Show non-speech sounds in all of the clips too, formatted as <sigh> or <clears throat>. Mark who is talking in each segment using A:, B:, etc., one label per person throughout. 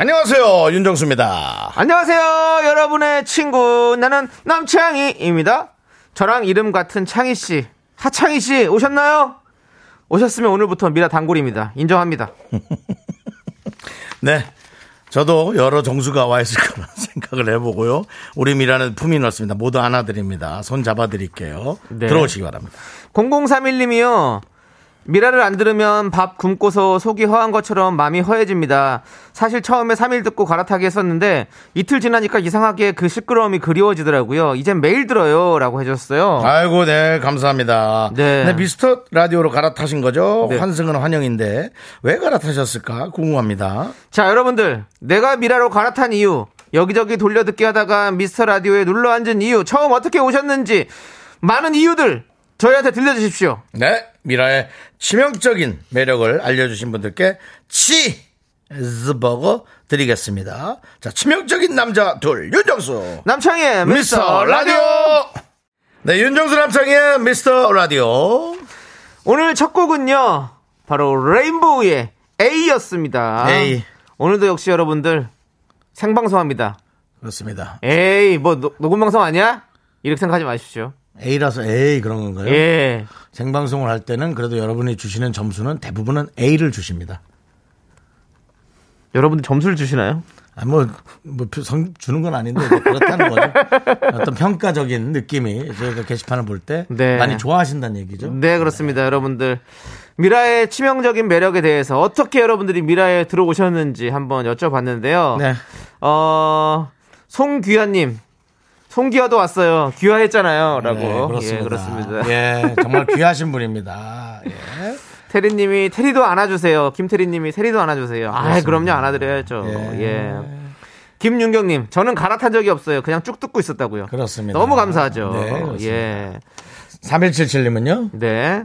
A: 안녕하세요 윤정수입니다.
B: 안녕하세요, 여러분의 친구. 나는 남창희입니다. 저랑 이름 같은 창희씨, 하창희씨 오셨나요? 오셨으면 오늘부터 미라 단골입니다. 인정합니다.
A: 네. 저도 여러 정수가 와 있을 거란 <laughs> 생각을 해보고요. 우리 미라는 품이 넓습니다. 모두 안아드립니다. 손 잡아드릴게요.
B: 네.
A: 들어오시기 바랍니다.
B: 0031님이요. 미라를 안 들으면 밥 굶고서 속이 허한 것처럼 마음이 허해집니다. 사실 처음에 3일 듣고 갈아타기 했었는데 이틀 지나니까 이상하게 그 시끄러움이 그리워지더라고요. 이젠 매일 들어요. 라고 해줬어요.
A: 아이고, 네, 감사합니다.
B: 네.
A: 미스터 라디오로 갈아타신 거죠?
B: 네.
A: 환승은 환영인데 왜 갈아타셨을까 궁금합니다.
B: 자, 여러분들. 내가 미라로 갈아탄 이유. 여기저기 돌려듣기 하다가 미스터 라디오에 눌러 앉은 이유. 처음 어떻게 오셨는지. 많은 이유들 저희한테 들려주십시오.
A: 네, 미라의 치명적인 매력을 알려주신 분들께 치즈버거 드리겠습니다. 자, 치명적인 남자 둘 윤정수.
B: 남창희의
A: 미스터 라디오. 네, 윤정수 남창의 미스터 라디오.
B: 오늘 첫 곡은요. 바로 레인보우의 A였습니다.
A: A.
B: 오늘도 역시 여러분들 생방송합니다.
A: 그렇습니다.
B: 에이, 뭐 노- 녹음 방송 아니야? 이렇게 생각하지 마십시오.
A: A라서 A 그런 건가요?
B: 예.
A: 생방송을 할 때는 그래도 여러분이 주시는 점수는 대부분은 A를 주십니다.
B: 여러분들 점수를 주시나요?
A: 아, 뭐, 뭐, 표- 성, 주는 건 아닌데, 뭐 그렇다는
B: <laughs>
A: 거죠. 어떤 평가적인 느낌이 저희가 게시판을 볼 때
B: 네.
A: 많이 좋아하신다는 얘기죠.
B: 네, 그렇습니다. 여러분들. 미라의 치명적인 매력에 대해서 어떻게 여러분들이 미라에 들어오셨는지 한번 여쭤봤는데요.
A: 네.
B: 어, 송귀하님. 송귀하도 왔어요. 귀화했잖아요. 라고.
A: 네, 그렇습니다.
B: 예, 그렇습니다.
A: 예,
B: <laughs>
A: 정말 귀하신 분입니다. 예.
B: 테리님이 테리도 안아주세요. 김테리님이 테리도 안아주세요. 아, 그럼요. 안아드려야죠.
A: 예.
B: 예. 김윤경님, 저는 갈아탄 적이 없어요. 그냥 쭉 듣고 있었다고요.
A: 그렇습니다.
B: 너무 감사하죠.
A: 네, 그렇습니다.
B: 예.
A: 3177님은요?
B: 네.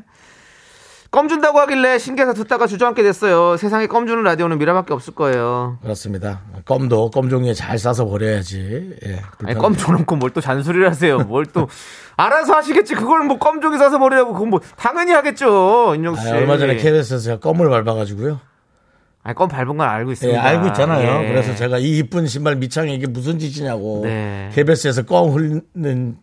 B: 껌 준다고 하길래 신기해서 듣다가 주저앉게 됐어요. 세상에 껌 주는 라디오는 미라밖에 없을 거예요.
A: 그렇습니다. 껌도 껌종이에 잘 싸서 버려야지. 예,
B: 아니,
A: 불편해요.
B: 껌 줘놓고 뭘 또 잔소리를 하세요. 뭘 또. 알아서 하시겠지. 그걸 뭐 껌종이 싸서 버리라고. 그건 뭐, 당연히 하겠죠.
A: 아,
B: 인정씨.
A: 얼마 전에 KBS에서 제가 껌을 밟아가지고요.
B: 아니, 껌 밟은 건 알고
A: 예,
B: 있습니다.
A: 알고 있잖아요.
B: 예.
A: 그래서 제가 이 이쁜 신발 미창이 이게 무슨 짓이냐고
B: 네.
A: KBS에서 껌 흘리는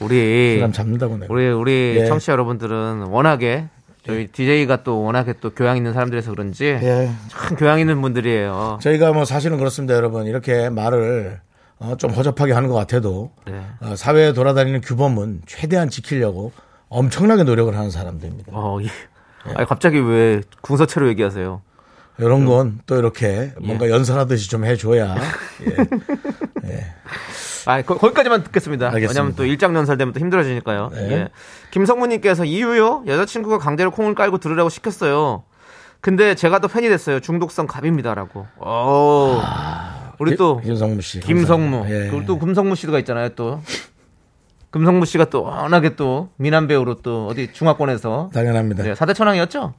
B: 우리.
A: 사람 잡는다고 내가.
B: 우리 우리
A: 예.
B: 청취자 여러분들은 워낙에 저희 DJ가 또 워낙에 또 교양 있는 사람들에서 그런지
A: 예.
B: 참 교양 있는 분들이에요.
A: 저희가 뭐 사실은 그렇습니다, 여러분. 이렇게 말을 어, 좀 허접하게 하는 것 같아도
B: 네.
A: 어, 사회에 돌아다니는 규범은 최대한 지키려고 엄청나게 노력을 하는 사람들입니다.
B: 어, 예. 아니 갑자기 왜 궁서체로 얘기하세요?
A: 이런 건 또 이렇게
B: 예.
A: 뭔가 연설하듯이 좀 해줘야
B: 아, 거, 거기까지만 듣겠습니다.
A: 알겠습니다.
B: 왜냐면 또 일장 연설되면 또 힘들어지니까요.
A: 네.
B: 예. 김성무님께서 이유요 여자친구가 강제로 콩을 깔고 들으라고 시켰어요. 근데 제가 더 팬이 됐어요. 중독성 갑입니다라고. 오. <laughs> 우리 또
A: 김성무 씨.
B: 김성무.
A: 감사합니다. 아, 예.
B: 그리고 또 금성무 씨가 있잖아요, 또. 금성무 씨가 또 워낙에 또 미남 배우로 또 어디 중화권에서
A: 당연합니다.
B: 네, 사대천왕이었죠?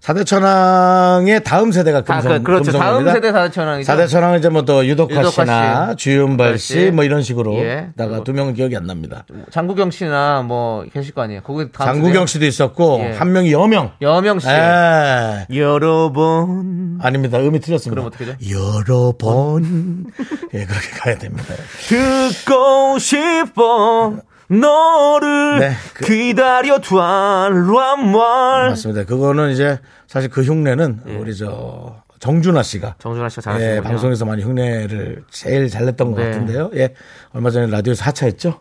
A: 사대천왕의 다음 세대가
B: 다,
A: 금성,
B: 그, 그렇죠. 다음
A: 금성입니다.
B: 세대 사대천왕이죠.
A: 사대천왕은 이제 뭐또 유덕화,
B: 유덕화
A: 씨나
B: 씨,
A: 주윤발
B: 유덕화
A: 씨 뭐
B: 씨.
A: 이런 식으로
B: 예.
A: 다가
B: 그리고-
A: 두 명은 기억이 안 납니다.
B: 장국영 씨나 뭐 계실 거 아니에요. 거기 다음
A: 장국영
B: 세대.
A: 씨도 있었고
B: 예.
A: 한 명이 여명.
B: 여명 씨.
A: 예.
B: 여러 번
A: 아닙니다. 음이 틀렸습니다.
B: 그럼 어떻게 되죠?
A: 여러 번. 예, 그렇게 가야 됩니다.
B: 듣고 싶어 너를
A: 네, 그-
B: 기다려 두알람말
A: 맞습니다. 그거는 이제 사실 그 흉내는 우리 저 정준하 씨가
B: 예. 정준하 씨가
A: 예,
B: 잘하시는 군요
A: 방송에서 많이 흉내를 제일 잘 냈던 것
B: 네.
A: 같은데요. 예. 얼마 전에 라디오에서 하차했죠?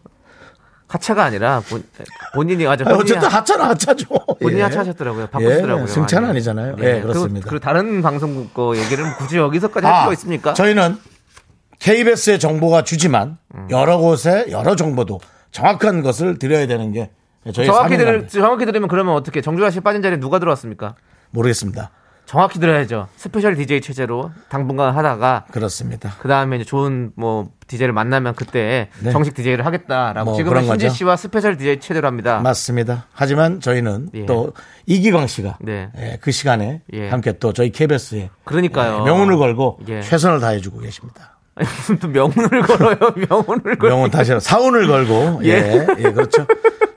B: 하차가 아니라 본, 본인이 아주
A: 아니,
B: 본인이
A: 어쨌든
B: 하-
A: 하차는 하차죠.
B: 본인이
A: 예.
B: 하차하셨더라고요. 바꾸시더라고요.
A: 예, 승차는
B: 많이.
A: 아니잖아요.
B: 네.
A: 예, 그렇습니다. 아,
B: 그리고, 그리고 다른 방송 거 얘기를 뭐 굳이 여기서까지 할 필요가 있습니까?
A: 저희는 KBS의 정보가 주지만
B: 음.
A: 여러 곳에 여러 정보도 정확한 것을 드려야 되는 게 저희
B: 정확히
A: 사명입니다.
B: 들 정확히 들으면 그러면 어떻게 정준하 씨 빠진 자리에 누가 들어왔습니까?
A: 모르겠습니다.
B: 정확히 들어야죠. 스페셜 DJ 체제로 당분간 하다가
A: 그렇습니다.
B: 그 다음에 이제 좋은 뭐 DJ를 만나면 그때
A: 네.
B: 정식 DJ를 하겠다라고
A: 뭐
B: 지금은
A: 그런
B: 현재
A: 거죠.
B: 씨와 스페셜 DJ 체제로 합니다.
A: 맞습니다. 하지만 저희는
B: 예.
A: 또 이기광 씨가
B: 네.
A: 예, 그 시간에
B: 예.
A: 함께 또 저희 KBS에
B: 그러니까요.
A: 네, 명운을 걸고
B: 예.
A: 최선을 다해주고 계십니다.
B: 아니, 무슨 또 명운을 걸어요. <laughs> 명운을 걸어.
A: 명운 다시 사운을 걸고 예,
B: <laughs> 예.
A: 예, 그렇죠.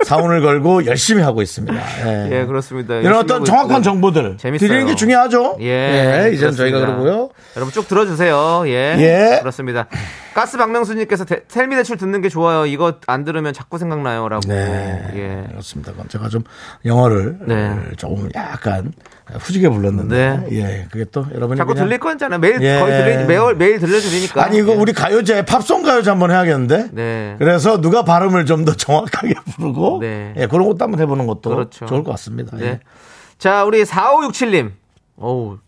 A: 사운을 걸고 열심히 하고 있습니다.
B: 예, 그렇습니다.
A: 이런
B: 열심히
A: 어떤
B: 하고
A: 정확한
B: 있고요.
A: 정보들
B: 재밌어요.
A: 드리는 게 중요하죠.
B: 예,
A: 이제는 저희가
B: 그렇습니다.
A: 그러고요.
B: 여러분 쭉 들어주세요. 예,
A: 예.
B: 그렇습니다. 가스 박명수님께서 데- 텔미 대출 듣는 게 좋아요. 이거 안 들으면 자꾸 생각나요라고.
A: 네.
B: 예.
A: 그렇습니다. 그건 제가 좀 영어를
B: 네.
A: 조금 약간 후지게 불렀는데 예, 그게 또 여러분이
B: 자꾸
A: 그냥
B: 들릴 거 있잖아요. 매일
A: 예.
B: 거의 들리, 매월 매일 들려드리니까.
A: 아니 이거
B: 예.
A: 우리 가요제 팝송 가요제 한번 해야겠는데.
B: 네.
A: 그래서 누가 발음을 좀 더 <laughs> 정확하게 부르고
B: 네.
A: 예, 그런 것도 한번 해보는 것도
B: 그렇죠.
A: 좋을 것 같습니다.
B: 네.
A: 예.
B: 자, 우리 4567님. 어우,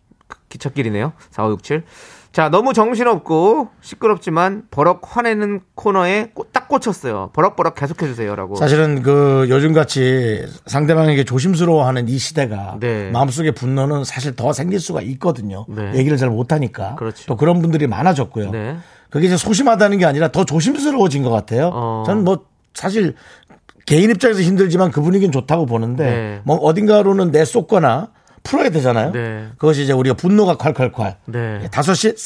B: 기찻길이네요. 4567. 자, 너무 정신없고 시끄럽지만 버럭 화내는 코너에 꽂- 딱 꽂혔어요. 버럭버럭 계속해주세요라고.
A: 사실은 그 요즘같이 상대방에게 조심스러워하는 이 시대가
B: 네.
A: 마음속에 분노는 사실 더 생길 수가 있거든요.
B: 네.
A: 얘기를 잘 못하니까
B: 그렇죠.
A: 또 그런 분들이 많아졌고요.
B: 네.
A: 그게 이제 소심하다는 게 아니라 더 조심스러워진 것 같아요.
B: 어.
A: 저는 뭐 사실 개인 입장에서 힘들지만 그 분위기는 좋다고 보는데
B: 네.
A: 뭐 어딘가로는 내쏟거나 풀어야 되잖아요.
B: 네.
A: 그것이 이제 우리가 분노가 콸콸콸. 예,
B: 네.
A: 5시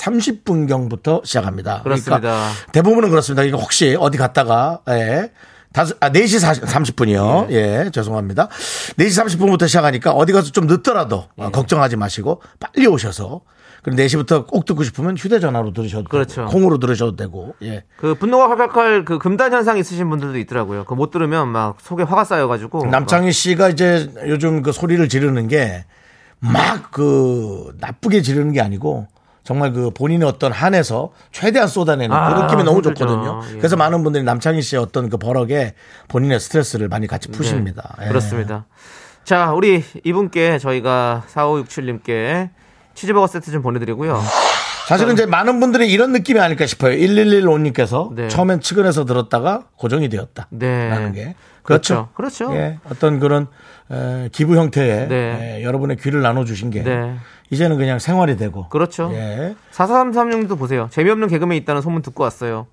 A: 30분경부터 시작합니다. 그러니까
B: 그렇습니다.
A: 대부분은 그렇습니다. 이거 혹시 어디 갔다가 예. 다섯, 아, 4시 30분이요.
B: 네.
A: 예, 죄송합니다. 4시 30분부터 시작하니까 어디 가서 좀 늦더라도
B: 네.
A: 아, 걱정하지 마시고 빨리 오셔서 그럼 4시부터 꼭 듣고 싶으면 휴대전화로 들으셔도
B: 그렇죠.
A: 되고, 콩으로 들으셔도 되고, 예.
B: 그 분노가 칼칼칼 그 금단 현상 있으신 분들도 있더라고요. 그 못 들으면 막 속에 화가 쌓여가지고. 막-
A: 남창희 씨가 이제 요즘 그 소리를 지르는 게 막 그 나쁘게 지르는 게 아니고 정말 그 본인의 어떤 한에서 최대한 쏟아내는
B: 아,
A: 그 느낌이 너무
B: 힘들죠.
A: 좋거든요.
B: 예.
A: 그래서 많은 분들이 남창희 씨의 어떤 그 버럭에 본인의 스트레스를 많이 같이 푸십니다.
B: 네,
A: 예.
B: 그렇습니다. 자, 우리 이분께 저희가 4567님께 치즈버거 세트 좀 보내드리고요.
A: 사실은 이제 많은 분들이 이런 느낌이 아닐까 싶어요. 1115님께서
B: 네.
A: 처음엔 측은해서 들었다가 고정이 되었다.
B: 네.
A: 라는 게. 그렇죠.
B: 그렇죠. 그렇죠.
A: 예, 어떤 그런 에, 기부 형태의
B: 네.
A: 예, 여러분의 귀를 나눠주신 게
B: 네.
A: 이제는 그냥 생활이 되고.
B: 그렇죠.
A: 예.
B: 4336도 보세요. 재미없는 개그맨 있다는 소문 듣고 왔어요.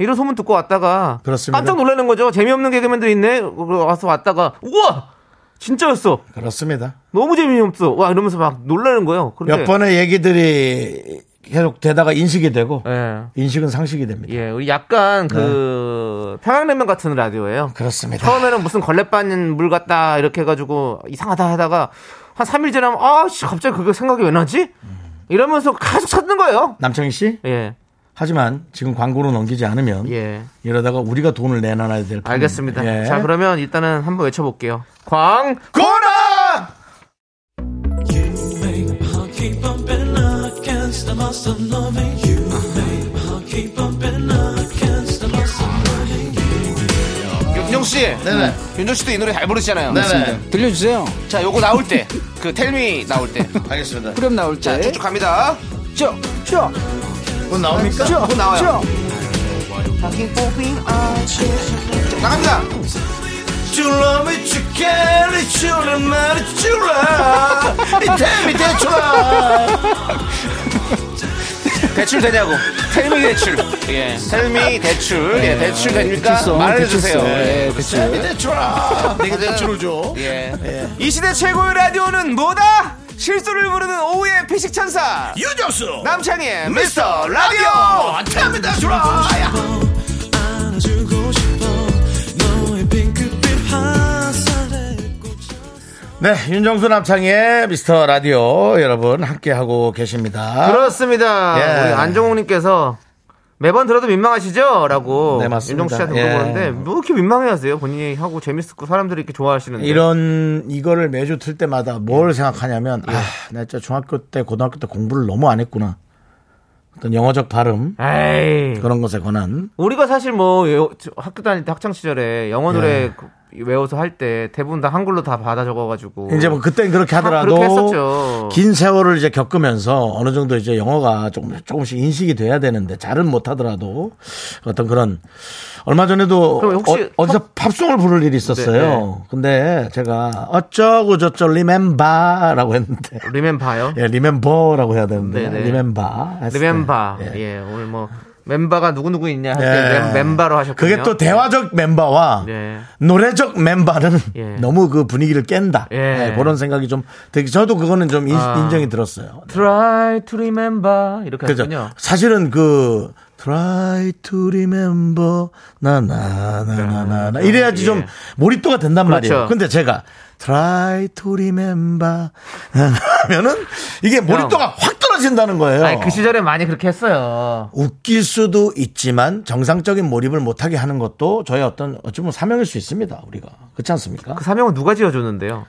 B: 이런 소문 듣고 왔다가
A: 음. 그렇습니다.
B: 깜짝 놀라는 거죠. 재미없는 개그맨들 있네. 와서 왔다가 우와! 진짜였어.
A: 그렇습니다.
B: 너무 재미없어. 와 이러면서 막 놀라는 거예요. 그런데
A: 몇 번의 얘기들이 계속 되다가 인식이 되고
B: 예.
A: 인식은 상식이 됩니다.
B: 예, 우리 약간 그 평양냉면 같은 라디오예요.
A: 네. 그렇습니다.
B: 처음에는 무슨 걸레 빠는 물 같다 이렇게 해가지고 이상하다 하다가 한 3일 지나면 아씨 갑자기 그게 생각이 왜 나지?
A: 음.
B: 이러면서 계속 찾는 거예요.
A: 남창희 씨,
B: 예,
A: 하지만 지금 광고로 넘기지 않으면
B: 예.
A: 이러다가 우리가 돈을 내놔야 될 뿐.
B: 음, 알겠습니다.
A: 예.
B: 자, 그러면 일단은 한번 외쳐볼게요. 광!
A: 고라!
C: 윤정씨 네네 윤정씨도 이 노래 잘 부르시잖아요 네네 들려주세요 자 요거 나올 때그 텔미 나올 때 알겠습니다 후렴 나올 때 쭉쭉 갑니다 쭉쭉
A: 나옵니까?
C: 곧 나와요 자, 나갑니다
A: You love me, you care, you love me, you love. It tell me that you love.
C: <laughs> 대출 되냐고 텔미 대출 예 텔미 대출 예 대출 됩니까 말해주세요 예
A: Tell me that you love. 내게 대출을 줘.
C: 예. 이 시대 최고의 라디오는 뭐다? 실수를 부르는 오후의 피식천사
A: 유정수.
C: 남창희의 미스터 라디오
A: Tell me that you love. 네, 윤정수 남창희의 미스터 라디오 여러분 함께하고 계십니다.
B: 그렇습니다.
A: 예.
B: 우리 안정욱님께서 매번 들어도 민망하시죠? 라고
A: 네, 맞습니다.
B: 윤정 씨한테
A: 예.
B: 물어보는데 뭐 이렇게 민망해 하세요? 본인이 하고 재밌고 사람들이 이렇게 좋아하시는데.
A: 이런 이거를 매주 틀 때마다 뭘 생각하냐면 아, 나 진짜 중학교 때 고등학교 때 공부를 너무 안 했구나. 어떤 영어적 발음
B: 에이.
A: 그런 것에 관한 예.
B: 우리가 사실 뭐 여- 저- 학교 다닐 때 학창 시절에 영어 노래 그 외워서 할 때 대부분 다 한글로 다 받아 적어가지고
A: 이제 뭐 그땐 그렇게
B: 다
A: 하더라도
B: 그렇게 했었죠.
A: 긴 세월을 이제 겪으면서 어느 정도 이제 영어가 조금 조금씩 인식이 돼야 되는데 잘은 못 하더라도 어떤 그런 얼마 전에도
B: 그럼 혹시
A: 어, 디서 팝송을 부를 일이 있었어요.
B: 네, 네.
A: 근데 제가 어쩌고 저쩌고 리멤바라고 했는데
B: 리멤바요?
A: 예, 리멤버라고 해야 되는데
B: 네, 네.
A: 리멤바 했을 때.
B: 리멤바.
A: 예.
B: 예. 오늘 뭐 멤버가 누구 누구 있냐 할
A: 예.
B: 때 멤바로 하셨군요.
A: 그게 또 대화적 멤버와
B: 네.
A: 노래적 멤버는
B: 예.
A: <laughs> 너무 그 분위기를 깬다.
B: 예.
A: 예, 그런 생각이 좀 되게 저도 그거는 좀 인,
B: 아.
A: 정이 들었어요.
B: Try to remember 이렇게
A: 그죠.
B: 하군요.
A: 사실은 그 try to remember 나나나나나 이래야지
B: 예.
A: 좀 몰입도가 된단
B: 그렇죠.
A: 말이에요. 근데 제가 try to remember 나나 하면은 이게 몰입도가 확 떨어진다는 거예요.
B: 아니 그 시절에 많이 그렇게 했어요.
A: 웃길 수도 있지만 정상적인 몰입을 못하게 하는 것도 저의 어떤 어쩌면 사명일 수 있습니다. 우리가 그렇지 않습니까?
B: 그 사명은 누가 지어줬는데요?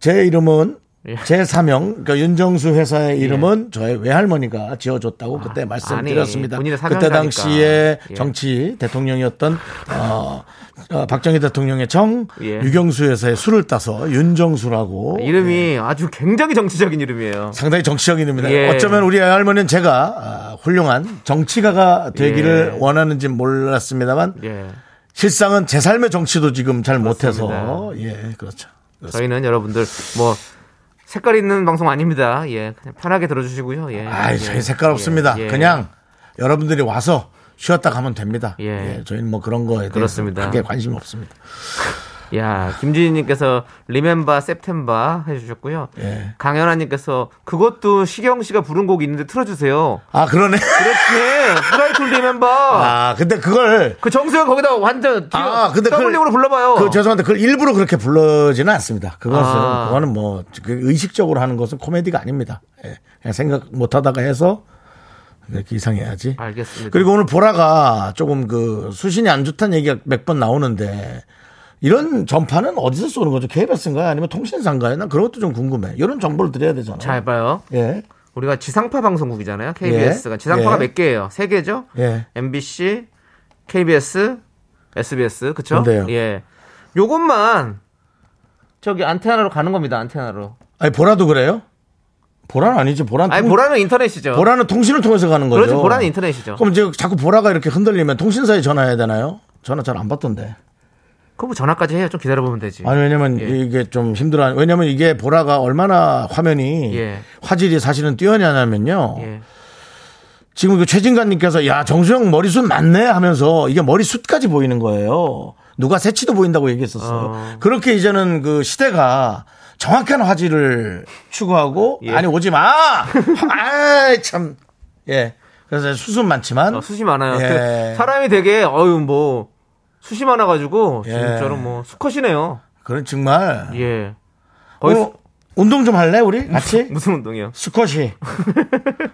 A: 제 이름은
B: 예.
A: 제 사명, 그러니까 윤정수 회사의 이름은 저의 외할머니가 지어줬다고 그때 말씀드렸습니다.
B: 아, 본인의
A: 그때
B: 사명이라니까.
A: 당시에
B: 예.
A: 정치 대통령이었던 어, 어, 박정희 대통령의 정,
B: 예.
A: 유경수 회사의 술을 따서 윤정수라고
B: 이름이 아주 굉장히 정치적인 이름이에요.
A: 상당히 정치적 이름입니다.
B: 예.
A: 어쩌면 우리 할머니는 제가 아, 훌륭한 정치가가 되기를
B: 예.
A: 원하는지 몰랐습니다만
B: 예.
A: 실상은 제 삶의 정치도 지금 잘 못해서
B: 그렇습니다.
A: 예 그렇죠.
B: 저희는 여러분들 뭐 색깔 있는 방송 아닙니다. 예, 그냥 편하게 들어주시고요. 예.
A: 아,
B: 예.
A: 저희 색깔
B: 예,
A: 없습니다.
B: 예.
A: 그냥 여러분들이 와서 쉬었다 가면 됩니다. 예.
B: 예.
A: 저희는 뭐 그런 거에 대해서
B: 그렇습니다.
A: 크게 관심 없습니다.
B: 야, 김진희님께서 리멤버 셉템바 해주셨고요.
A: 예.
B: 강현아님께서 그것도 시경 씨가 부른 곡이 있는데 틀어주세요.
A: 아 그러네.
B: 그렇지. 프라이툴
A: <laughs>
B: 리멤버.
A: 아 근데 그걸
B: 그 정수영 거기다 완전 뒤에
A: 아, 근데 그걸-
B: 더블링으로 불러봐요.
A: 그 죄송한데 그걸 일부러 그렇게 부르지는 않습니다. 그것은
B: 아.
A: 그거는 뭐그 의식적으로 하는 것은 코미디가 아닙니다. 예. 그냥 생각 못하다가 해서 이렇게 이상해야지.
B: 아, 알겠습니다.
A: 그리고 오늘 보라가 조금 그 수신이 안 좋다는 얘기가 몇 번 나오는데 이런 전파는 어디서 쏘는 거죠? KBS인가요? 아니면 통신사인가요? 난 그런 것도 좀 궁금해. 이런 정보를 드려야 되잖아요.
B: 잘 봐요.
A: 예.
B: 우리가 지상파 방송국이잖아요. KBS가 지상파가
A: 예.
B: 몇 개예요? 세 개죠.
A: 예.
B: MBC, KBS, SBS 그쵸?
A: 근데요.
B: 예. 요것만 저기 안테나로 가는 겁니다. 안테나로.
A: 아니 보라도 그래요? 보라는 아니지. 보라는
B: 아니
A: 통...
B: 보라는 인터넷이죠.
A: 보라는 통신을 통해서 가는 거죠.
B: 그렇죠. 보라는 인터넷이죠.
A: 그럼 이제 자꾸 보라가 이렇게 흔들리면 통신사에 전화해야 되나요? 전화 잘 안 받던데.
B: 그럼 뭐 전화까지 해요. 좀 기다려보면 되지.
A: 아니 왜냐면
B: 예.
A: 이게 좀 힘들어. 왜냐면 이게 보라가 얼마나 화면이
B: 예.
A: 화질이 사실은 뛰어나냐면요.
B: 예.
A: 지금 그 최진관님께서 야 정수영 머리숱 많네 하면서 이게 머리숱까지 보이는 거예요. 누가 새치도 보인다고 얘기했었어요.
B: 어.
A: 그렇게 이제는 그 시대가 정확한 화질을 추구하고
B: 예.
A: 아니 오지 마. 아이 참 예. 그래서 수순 많지만
B: 어, 숱이 많아요.
A: 예.
B: 그 사람이 되게 어유 뭐 숱이 많아가지고
A: 예.
B: 진짜로 뭐 수컷이네요.
A: 그런 정말
B: 예. 거의
A: 어, 운동 좀 할래 우리 같이
B: <laughs> 무슨 운동이요?
A: 스쿼시.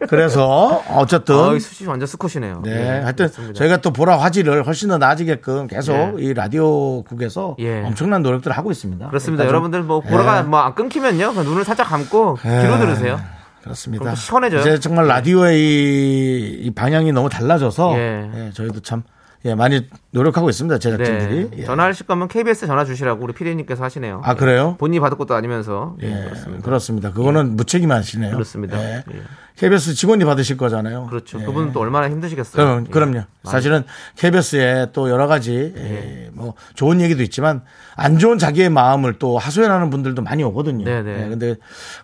A: 그래서 어쨌든
B: 아, 숱이 완전 수컷이네요.
A: 네,
B: 예,
A: 하여튼
B: 그렇습니다.
A: 저희가 또 보라 화질을 훨씬 더 나아지게끔 계속
B: 예.
A: 이 라디오국에서
B: 예.
A: 엄청난 노력들을 하고 있습니다. 그러니까
B: 그렇습니다.
A: 좀-
B: 여러분들 뭐 보라가
A: 예,
B: 뭐 안 끊기면요. 그냥 눈을 살짝 감고
A: 예.
B: 귀로 들으세요.
A: 그렇습니다.
B: 그럼 또 시원해져요.
A: 이제 정말 라디오의 이, 이 방향이 너무 달라져서
B: 예.
A: 예, 저희도 참 예, 많이 노력하고 있습니다. 제작진들이.
B: 네.
A: 예.
B: 전화하실 거면 KBS 전화 주시라고 우리 피디님께서 하시네요.
A: 아 그래요?
B: 본인이 받을 것도 아니면서.
A: 예,
B: 예,
A: 그렇습니다. 그거는 무책임하시네요.
B: 그렇습니다.
A: 예.
B: 예.
A: KBS 직원이 받으실 거잖아요.
B: 그렇죠.
A: 예.
B: 그분은 또 얼마나 힘드시겠어요.
A: 그럼,
B: 예.
A: 그럼요. 사실은 KBS에 또 여러 가지 예, 뭐 좋은 얘기도 있지만 안 좋은 자기의 마음을 또 하소연하는 분들도 많이 오거든요.
B: 네네.
A: 예, 근데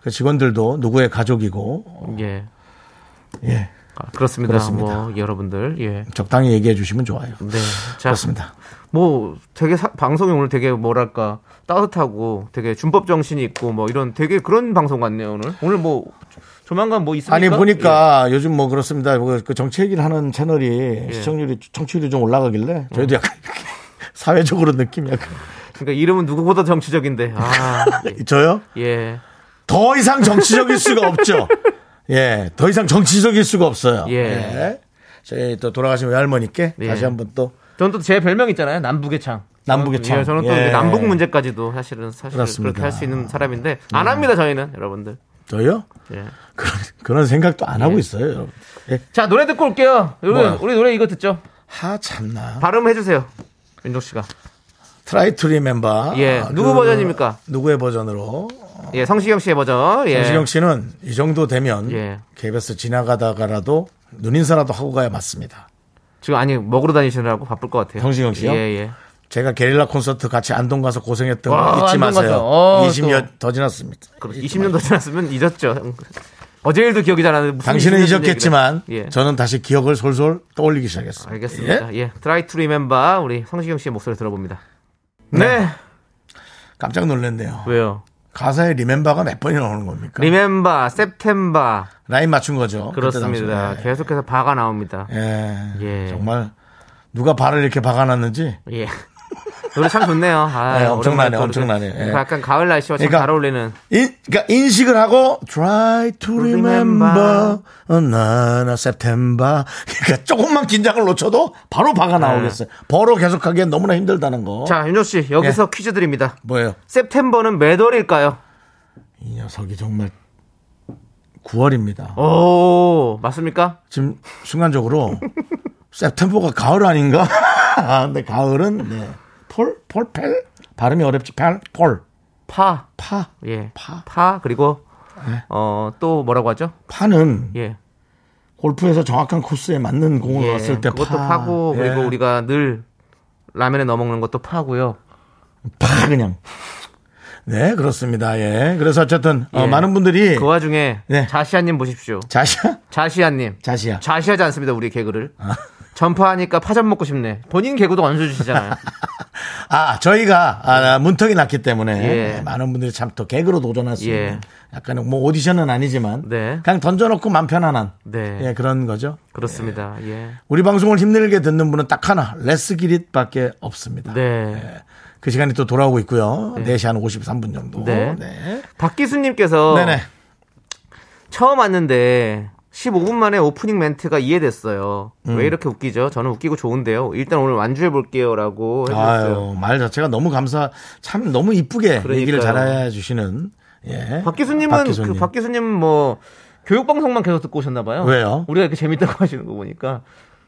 A: 그 직원들도 누구의 가족이고
B: 예.
A: 예,
B: 아, 그렇습니다.
A: 그렇습니다.
B: 뭐 여러분들 예.
A: 적당히 얘기해 주시면 좋아요.
B: 네. 자,
A: 그렇습니다.
B: 뭐 되게 사- 방송이 오늘 되게 뭐랄까 따뜻하고 되게 준법 정신이 있고 뭐 이런 되게 그런 방송 같네요 오늘. 오늘 뭐 조만간 뭐 있습니까?
A: 아니 보니까
B: 예.
A: 요즘 뭐 그렇습니다. 뭐그 정치 얘기를 하는 채널이 시청률이 청취율이 좀 올라가길래
B: 음.
A: 저희도 약간 이렇게 <laughs> 사회적으로 느낌이 약간
B: 예. 그러니까 이름은 누구보다 정치적인데. 아. 예.
A: 저요?
B: 예.
A: 더 이상 정치적일 수가 없죠. 예, 더 이상 정치적일 수가 없어요.
B: 예.
A: 예. 저희 또 돌아가신 외할머니께
B: 예.
A: 다시 한번 또
B: 저는 또 제 별명 있잖아요. 남북의 창.
A: 남북의 창.
B: 예, 저는 또
A: 예.
B: 남북 문제까지도 사실은 사실
A: 그렇습니다. 음.
B: 그렇게 할 수 있는 사람인데 안 합니다 저희는 여러분들.
A: 저요?
B: 예.
A: 그런, 그런 생각도 안 하고 있어요. 여러분. 예.
B: 자 노래 듣고 올게요. 우리,
A: 뭐요?
B: 우리 노래 이거 듣죠.
A: 하 참나.
B: 발음 해주세요. 윤종 씨가.
A: 트라이 투 리멤버.
B: 예, 누구 버전입니까?
A: 아, 그 누구의 버전으로?
B: 예, 성시경 씨의 버전. 예.
A: 정시경 씨는 이 정도 되면
B: 예.
A: KBS 지나가다가라도 눈인사라도 하고 가야 맞습니다.
B: 지금 아니 먹으러 다니시느라고 바쁠 것 같아요.
A: 성시경 씨요?
B: 예, 예.
A: 제가 게릴라 콘서트 같이 안동 가서 고생했던
B: 와,
A: 거 잊지
B: 안동
A: 마세요.
B: 가서. 어,
A: 20년 더 지났습니다.
B: 그럼 20년 더 지났으면 잊었죠. 어제 일도 기억이 잘 안 나는데 무슨
A: 당신은
B: 20년 전
A: 잊었겠지만
B: 얘기를. 예.
A: 저는 다시 기억을 솔솔 떠올리기 시작했어요.
B: 알겠습니다.
A: 예?
B: 예. 트라이 투 리멤버 우리 성시경 씨의 목소리 들어봅니다. 네.
A: 깜짝 놀랐네요.
B: 왜요?
A: 가사에 리멤버가 몇 번이나 오는 겁니까?
B: 리멤버, 셉템버.
A: 라인 맞춘 거죠. 그때
B: 그렇습니다.
A: 당시에.
B: 계속해서 바가 나옵니다.
A: 예.
B: 예.
A: 정말 누가 발을 이렇게 박아놨는지
B: 예. 노래
A: <laughs>
B: 참 좋네요. 아,
A: 네,
B: 오랜만에
A: 엄청나네,
B: 또 이렇게
A: 엄청나네. 예.
B: 약간 가을 날씨와 참
A: 그러니까-
B: 잘 어울리는.
A: 인, 그러니까 인식을 하고 try to remember 어,
B: remember.
A: 나나 September 그러니까 조금만 긴장을 놓쳐도 바로 박아 나오겠어요. 버로 계속하기엔 너무나 힘들다는 거.
B: 예. 자, 윤종 씨,
A: 예.
B: 여기서 퀴즈 드립니다.
A: 뭐예요?
B: 셉템버는 몇 월일까요?
A: 이 녀석이 정말 9월입니다.
B: 오, 맞습니까?
A: 지금 순간적으로 세템포가 가을 아닌가? <laughs> 아, 근데 가을은 네. 폴, 폴, 펠 발음이 어렵지. 펠, 폴,
B: 파.
A: 파.
B: 예.
A: 파. 예.
B: 파. 그리고 어, 또 뭐라고 하죠?
A: 파는
B: 예.
A: 골프에서 정확한 코스에 맞는 공을
B: 예.
A: 넣었을 때
B: 그것도
A: 파.
B: 파. 고 그리고
A: 예.
B: 우리가 늘 라면에 넣어 먹는 것도 파고요.
A: 파 그냥. 네, 그렇습니다. 예. 그래서 어쨌든 어,
B: 예.
A: 많은 분들이
B: 그 와중에
A: 네.
B: 자시아 님 보십시오.
A: 자시야,
B: 자시아 님.
A: 자시야.
B: 자시하지 않습니다. 우리 개그를. 전파하니까 파전 먹고 싶네. 본인 개그도
A: <laughs>
B: 얹어 주시잖아요.
A: 아, 저희가 아, 문턱이 났기 때문에
B: 예.
A: 네, 많은 분들이 참 또 개그로 도전할 수
B: 예.
A: 있는 약간 뭐 오디션은 아니지만
B: 네.
A: 그냥 던져놓고 맘 편안한
B: 네.
A: 예, 그런 거죠.
B: 그렇습니다. 예.
A: 우리 방송을 힘들게 듣는 분은 딱 하나 레스 기릿밖에 없습니다.
B: 네.
A: 그 시간이 또 돌아오고 있고요. 4시 한 53분 정도.
B: 네. 어,
A: 네.
B: 박기수 님께서
A: 네네.
B: 처음 왔는데 15분 만에 오프닝 멘트가 이해됐어요.
A: 음.
B: 왜 이렇게 웃기죠? 저는 웃기고 좋은데요. 일단 오늘 완주해 볼게요라고 해주셨어요.
A: 아유, 말 자체가 너무 감사, 참 너무 이쁘게 얘기를
B: 그러니까요.
A: 잘해 주시는. 예.
B: 박기수님은
A: 박기수님.
B: 그 박기수님 뭐 교육 방송만 계속 듣고 오셨나봐요.
A: 왜요?
B: 우리가 이렇게 재밌다고 <laughs> 하시는 거 보니까.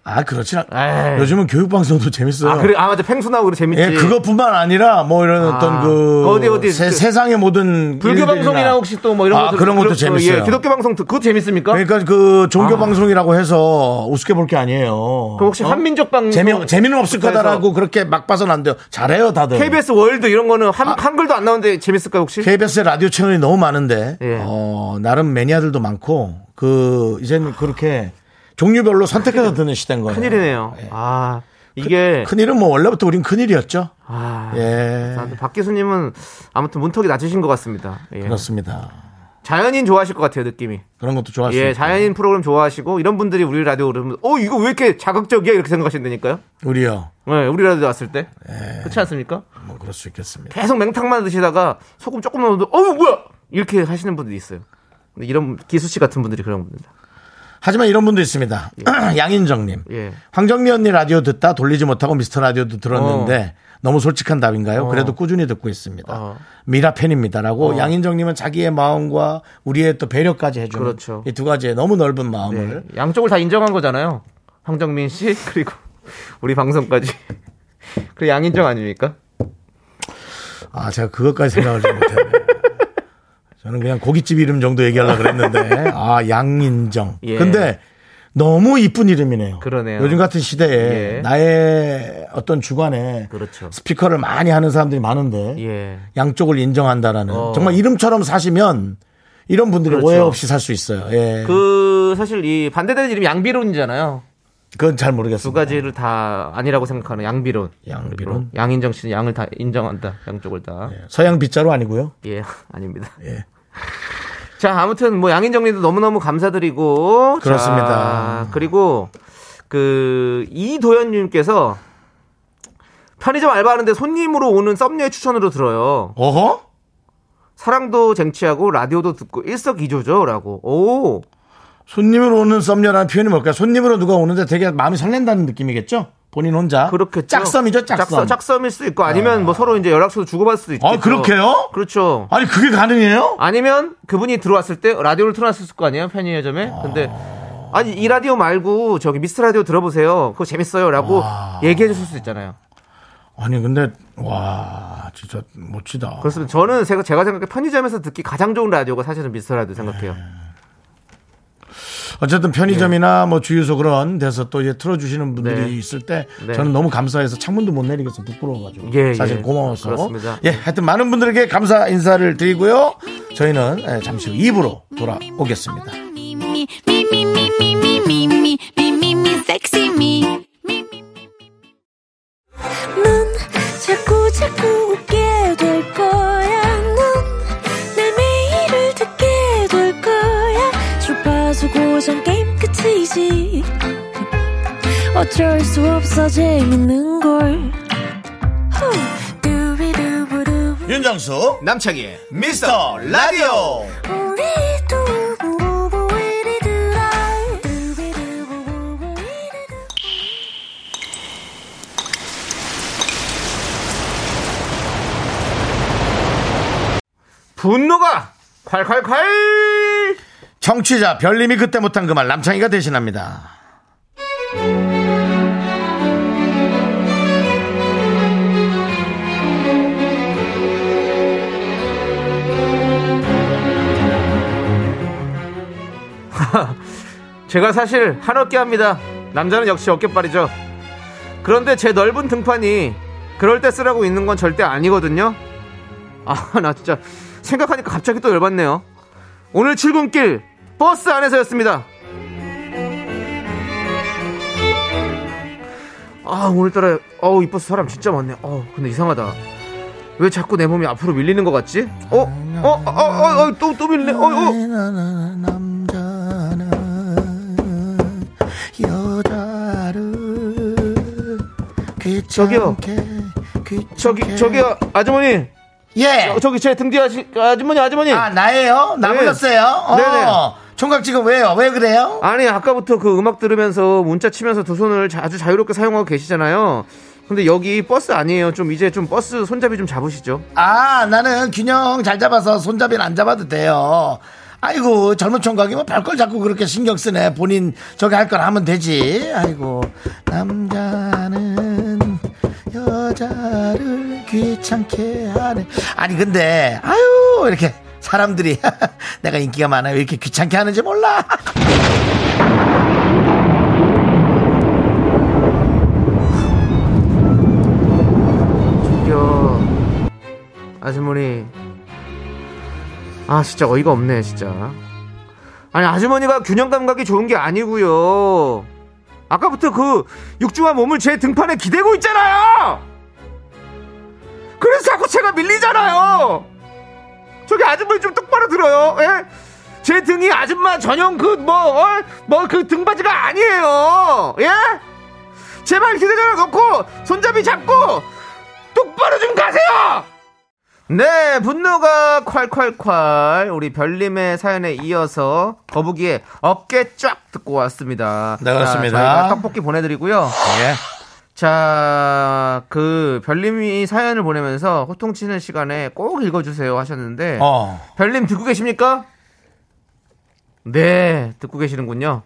A: 아, 그렇진 않.
B: 에이.
A: 요즘은 교육방송도 재밌어요.
B: 네. 아 그래 아 맞아 펭수 나오고 그래 재밌지.
A: 예, 그것뿐만 아니라 뭐 이런
B: 아,
A: 어떤 그
B: 어디, 어디
A: 세,
B: 그
A: 상의 모든
B: 불교
A: 일들이나
B: 방송이나 혹시 또 뭐 이런
A: 아,
B: 것도
A: 그런 것도 재밌어요.
B: 예, 기독교 방송 듣- 그것도 재밌습니까?
A: 그러니까 그 종교 방송이라고 해서 우습게 볼 게 아니에요.
B: 그럼 혹시
A: 어?
B: 한민족 방송
A: 재미 재미는 없을
B: 그래서
A: 거다라고 그렇게 막 봐서는 안 돼요. 잘해요 다들.
B: KBS 월드 이런 거는 한,
A: 아.
B: 한글도 안 나오는데 재밌을까요 혹시?
A: KBS의 라디오 채널이 너무 많은데
B: 예.
A: 어, 나름 매니아들도 많고 그 이제는 그렇게 종류별로 선택해서 듣는 시대인 거예요.
B: 큰일이네요.
A: 예.
B: 아 이게
A: 큰일은 뭐 원래부터 우린 큰일이었죠.
B: 아,
A: 예.
B: 나한테 박 기수님은 아무튼 문턱이 낮으신 것 같습니다. 예.
A: 그렇습니다.
B: 자연인 좋아하실 것 같아요 느낌이.
A: 그런 것도 좋았어요.
B: 예, 자연인 프로그램 좋아하시고 이런 분들이 우리 라디오 들으면 어 이거 왜 이렇게 자극적이야 이렇게 생각하신다니까요.
A: 우리요.
B: 네, 우리 라디오 왔을 때
A: 예.
B: 그렇지 않습니까?
A: 뭐 그럴 수 있겠습니다.
B: 계속 맹탕만 드시다가 소금 조금 넣어도 어우 뭐야 이렇게 하시는 분들이 있어요. 근데 이런 기수 씨 같은 분들이 그런 분들.
A: 하지만 이런 분도 있습니다. <clears throat> 양인정님.
B: 예.
A: 황정미 언니 라디오 듣다 돌리지 못하고 미스터 라디오도 들었는데 너무 솔직한 답인가요? 그래도 꾸준히 듣고 있습니다.
B: 어.
A: 미라 팬입니다라고 양인정님은 자기의 마음과 우리의 또 배려까지 해주는
B: 그렇죠.
A: 이 두 가지의 너무 넓은 마음을
B: 네. 양쪽을 다 인정한 거잖아요. 황정민 씨 <laughs> 그리고 우리 방송까지. <laughs> 그 양인정 아닙니까?
A: 아 제가 그것까지 생각을 좀
B: <laughs>
A: 못했네요. 저는 그냥 고깃집 이름 정도 얘기하려고 그랬는데 아 양인정.
B: 예.
A: 근데 너무 이쁜 이름이네요.
B: 그러네요.
A: 요즘 같은 시대에
B: 예.
A: 나의 어떤 주관에
B: 그렇죠.
A: 스피커를 많이 하는 사람들이 많은데
B: 예.
A: 양쪽을 인정한다라는
B: 어.
A: 정말 이름처럼 사시면 이런 분들이
B: 그렇죠.
A: 오해 없이 살 수 있어요. 예. 그,
B: 그 사실 이 반대되는 이름이 양비론이잖아요.
A: 건잘
B: 두
A: 모르겠습니다.
B: 가지를 다 아니라고 생각하는 양비론.
A: 양비론?
B: 그리고 양인정 씨는 양을 다 인정한다. 양쪽을 다.
A: 예. 서양 빗자루 아니고요.
B: 예, <laughs> 아닙니다.
A: 예.
B: 자, 아무튼 뭐 양인정님도 너무너무 감사드리고.
A: 그렇습니다.
B: 자, 그리고 그 이도현님께서 편의점 알바하는데 손님으로 오는 썸녀의 추천으로 들어요.
A: 어허?
B: 사랑도 쟁취하고 라디오도 듣고 일석이조죠라고. 오,
A: 손님으로 오는 썸녀라는 표현이 뭘까요? 손님으로 누가 오는데 되게 마음이 설렌다는 느낌이겠죠? 본인 혼자.
B: 그렇겠죠.
A: 짝썸이죠, 짝썸.
B: 짝썸, 일수 있고 아니면 뭐 서로 이제 연락처도 주고받을 수도 있고.
A: 아, 그렇게요?
B: 그렇죠.
A: 아니, 그게 가능해요?
B: 아니면 그분이 들어왔을 때 라디오를 틀어놨을 거 아니에요 편의점에 근데 아니 이 라디오 말고 저기 미스 라디오 들어보세요 그거 재밌어요라고 얘기해 주실 수 있잖아요
A: 아니 근데 와 진짜 멋지다.
B: 그렇습니다. 저는 제가, 제가 생각해 편의점에서 듣기 가장 좋은 라디오가 사실은 미스터 라디오 생각해요.
A: 어쨌든 편의점이나 뭐 주유소 그런 데서 또 이제 틀어주시는 분들이
B: 네.
A: 있을 때
B: 네.
A: 저는 너무 감사해서 창문도 못 내리겠어 부끄러워가지고
B: 예,
A: 사실
B: 예.
A: 고마워서
B: 그렇습니다.
A: 예 하여튼 많은 분들에게 감사 인사를 드리고요 저희는 예, 잠시 후 입으로 돌아오겠습니다.
D: me, me, me, me, me, me, me, me, me, me, me, sexy me. 넌 자꾸 자꾸 웃게 될 거야. 넌내 매일을 듣게 될 거야. 주파수 고정 게임 끝이지. 어쩔 수 없어 재밌는 걸. 후. 두비두부두.
A: 윤정수
C: 남창희의 미스터 라디오
D: 우리 두부부부 우리 두라. 두비두부부부 우리 두라.
B: 분노가 콸콸콸!
A: 청취자 별님이 그때 못한 그 말 남창희가 대신합니다.
B: 제가 사실 한 어깨 합니다. 남자는 역시 어깨빨이죠. 그런데 제 넓은 등판이 그럴 때 쓰라고 있는 건 절대 아니거든요. 아, 나 진짜 생각하니까 갑자기 또 열받네요. 오늘 출근길 버스 안에서였습니다. 아, 오늘따라 어우, 이 버스 사람 진짜 많네. 어, 근데 이상하다. 왜 자꾸 내 몸이 앞으로 밀리는 것 같지? 어? 어? 어? 어? 어? 또, 또 밀리네. 어? 어?
A: 남자는 여자를 귀찮게
B: 저기요.
A: 귀찮게
B: 저기, 저기요, 아주머니.
A: 예.
B: 어, 저기 제 등 뒤에 아시, 아주머니 아주머니
A: 아 나예요? 나
B: 네.
A: 불렀어요? 어.
B: 네네.
A: 총각 지금 왜요? 왜 그래요?
B: 아니 아까부터 그 음악 들으면서 문자 치면서 두 손을 자- 아주 자유롭게 사용하고 계시잖아요 근데 여기 버스 아니에요 좀 이제 좀 버스 손잡이 좀 잡으시죠
A: 아 나는 균형 잘 잡아서 손잡이는 안 잡아도 돼요. 아이고 젊은 총각이 뭐 별걸 자꾸 그렇게 신경 쓰네. 본인 저기 할 건 하면 되지. 아이고 남자는 여자를 귀찮게 하네. 아니 근데 아유 이렇게 사람들이 <laughs> 내가 인기가 많아요. 왜 이렇게 귀찮게 하는지 몰라.
B: 여 아주머니 아 진짜 어이가 없네 진짜 아니 아주머니가 균형 감각이 좋은 게 아니고요 아까부터 그 육중한 몸을 제 등판에 기대고 있잖아요 그래서 자꾸 제가 밀리잖아요 저기 아주머니 좀 똑바로 들어요 예? 제 등이 아줌마 전용 그 뭐, 어? 그뭐뭐그 등받이가 아니에요 예? 제발 기대 전화 놓고 손잡이 잡고 똑바로 좀 가세요! 네, 분노가 콸콸콸. 우리 별님의 사연에 이어서 거북이의 어깨 쫙 듣고 왔습니다.
A: 네, 그렇습니다.
B: 자, 저희가 떡볶이 보내드리고요.
A: 예.
B: 자, 그 별님이 사연을 보내면서 호통치는 시간에 꼭 읽어주세요 하셨는데.
A: 어.
B: 별님 듣고 계십니까? 네, 듣고 계시는군요.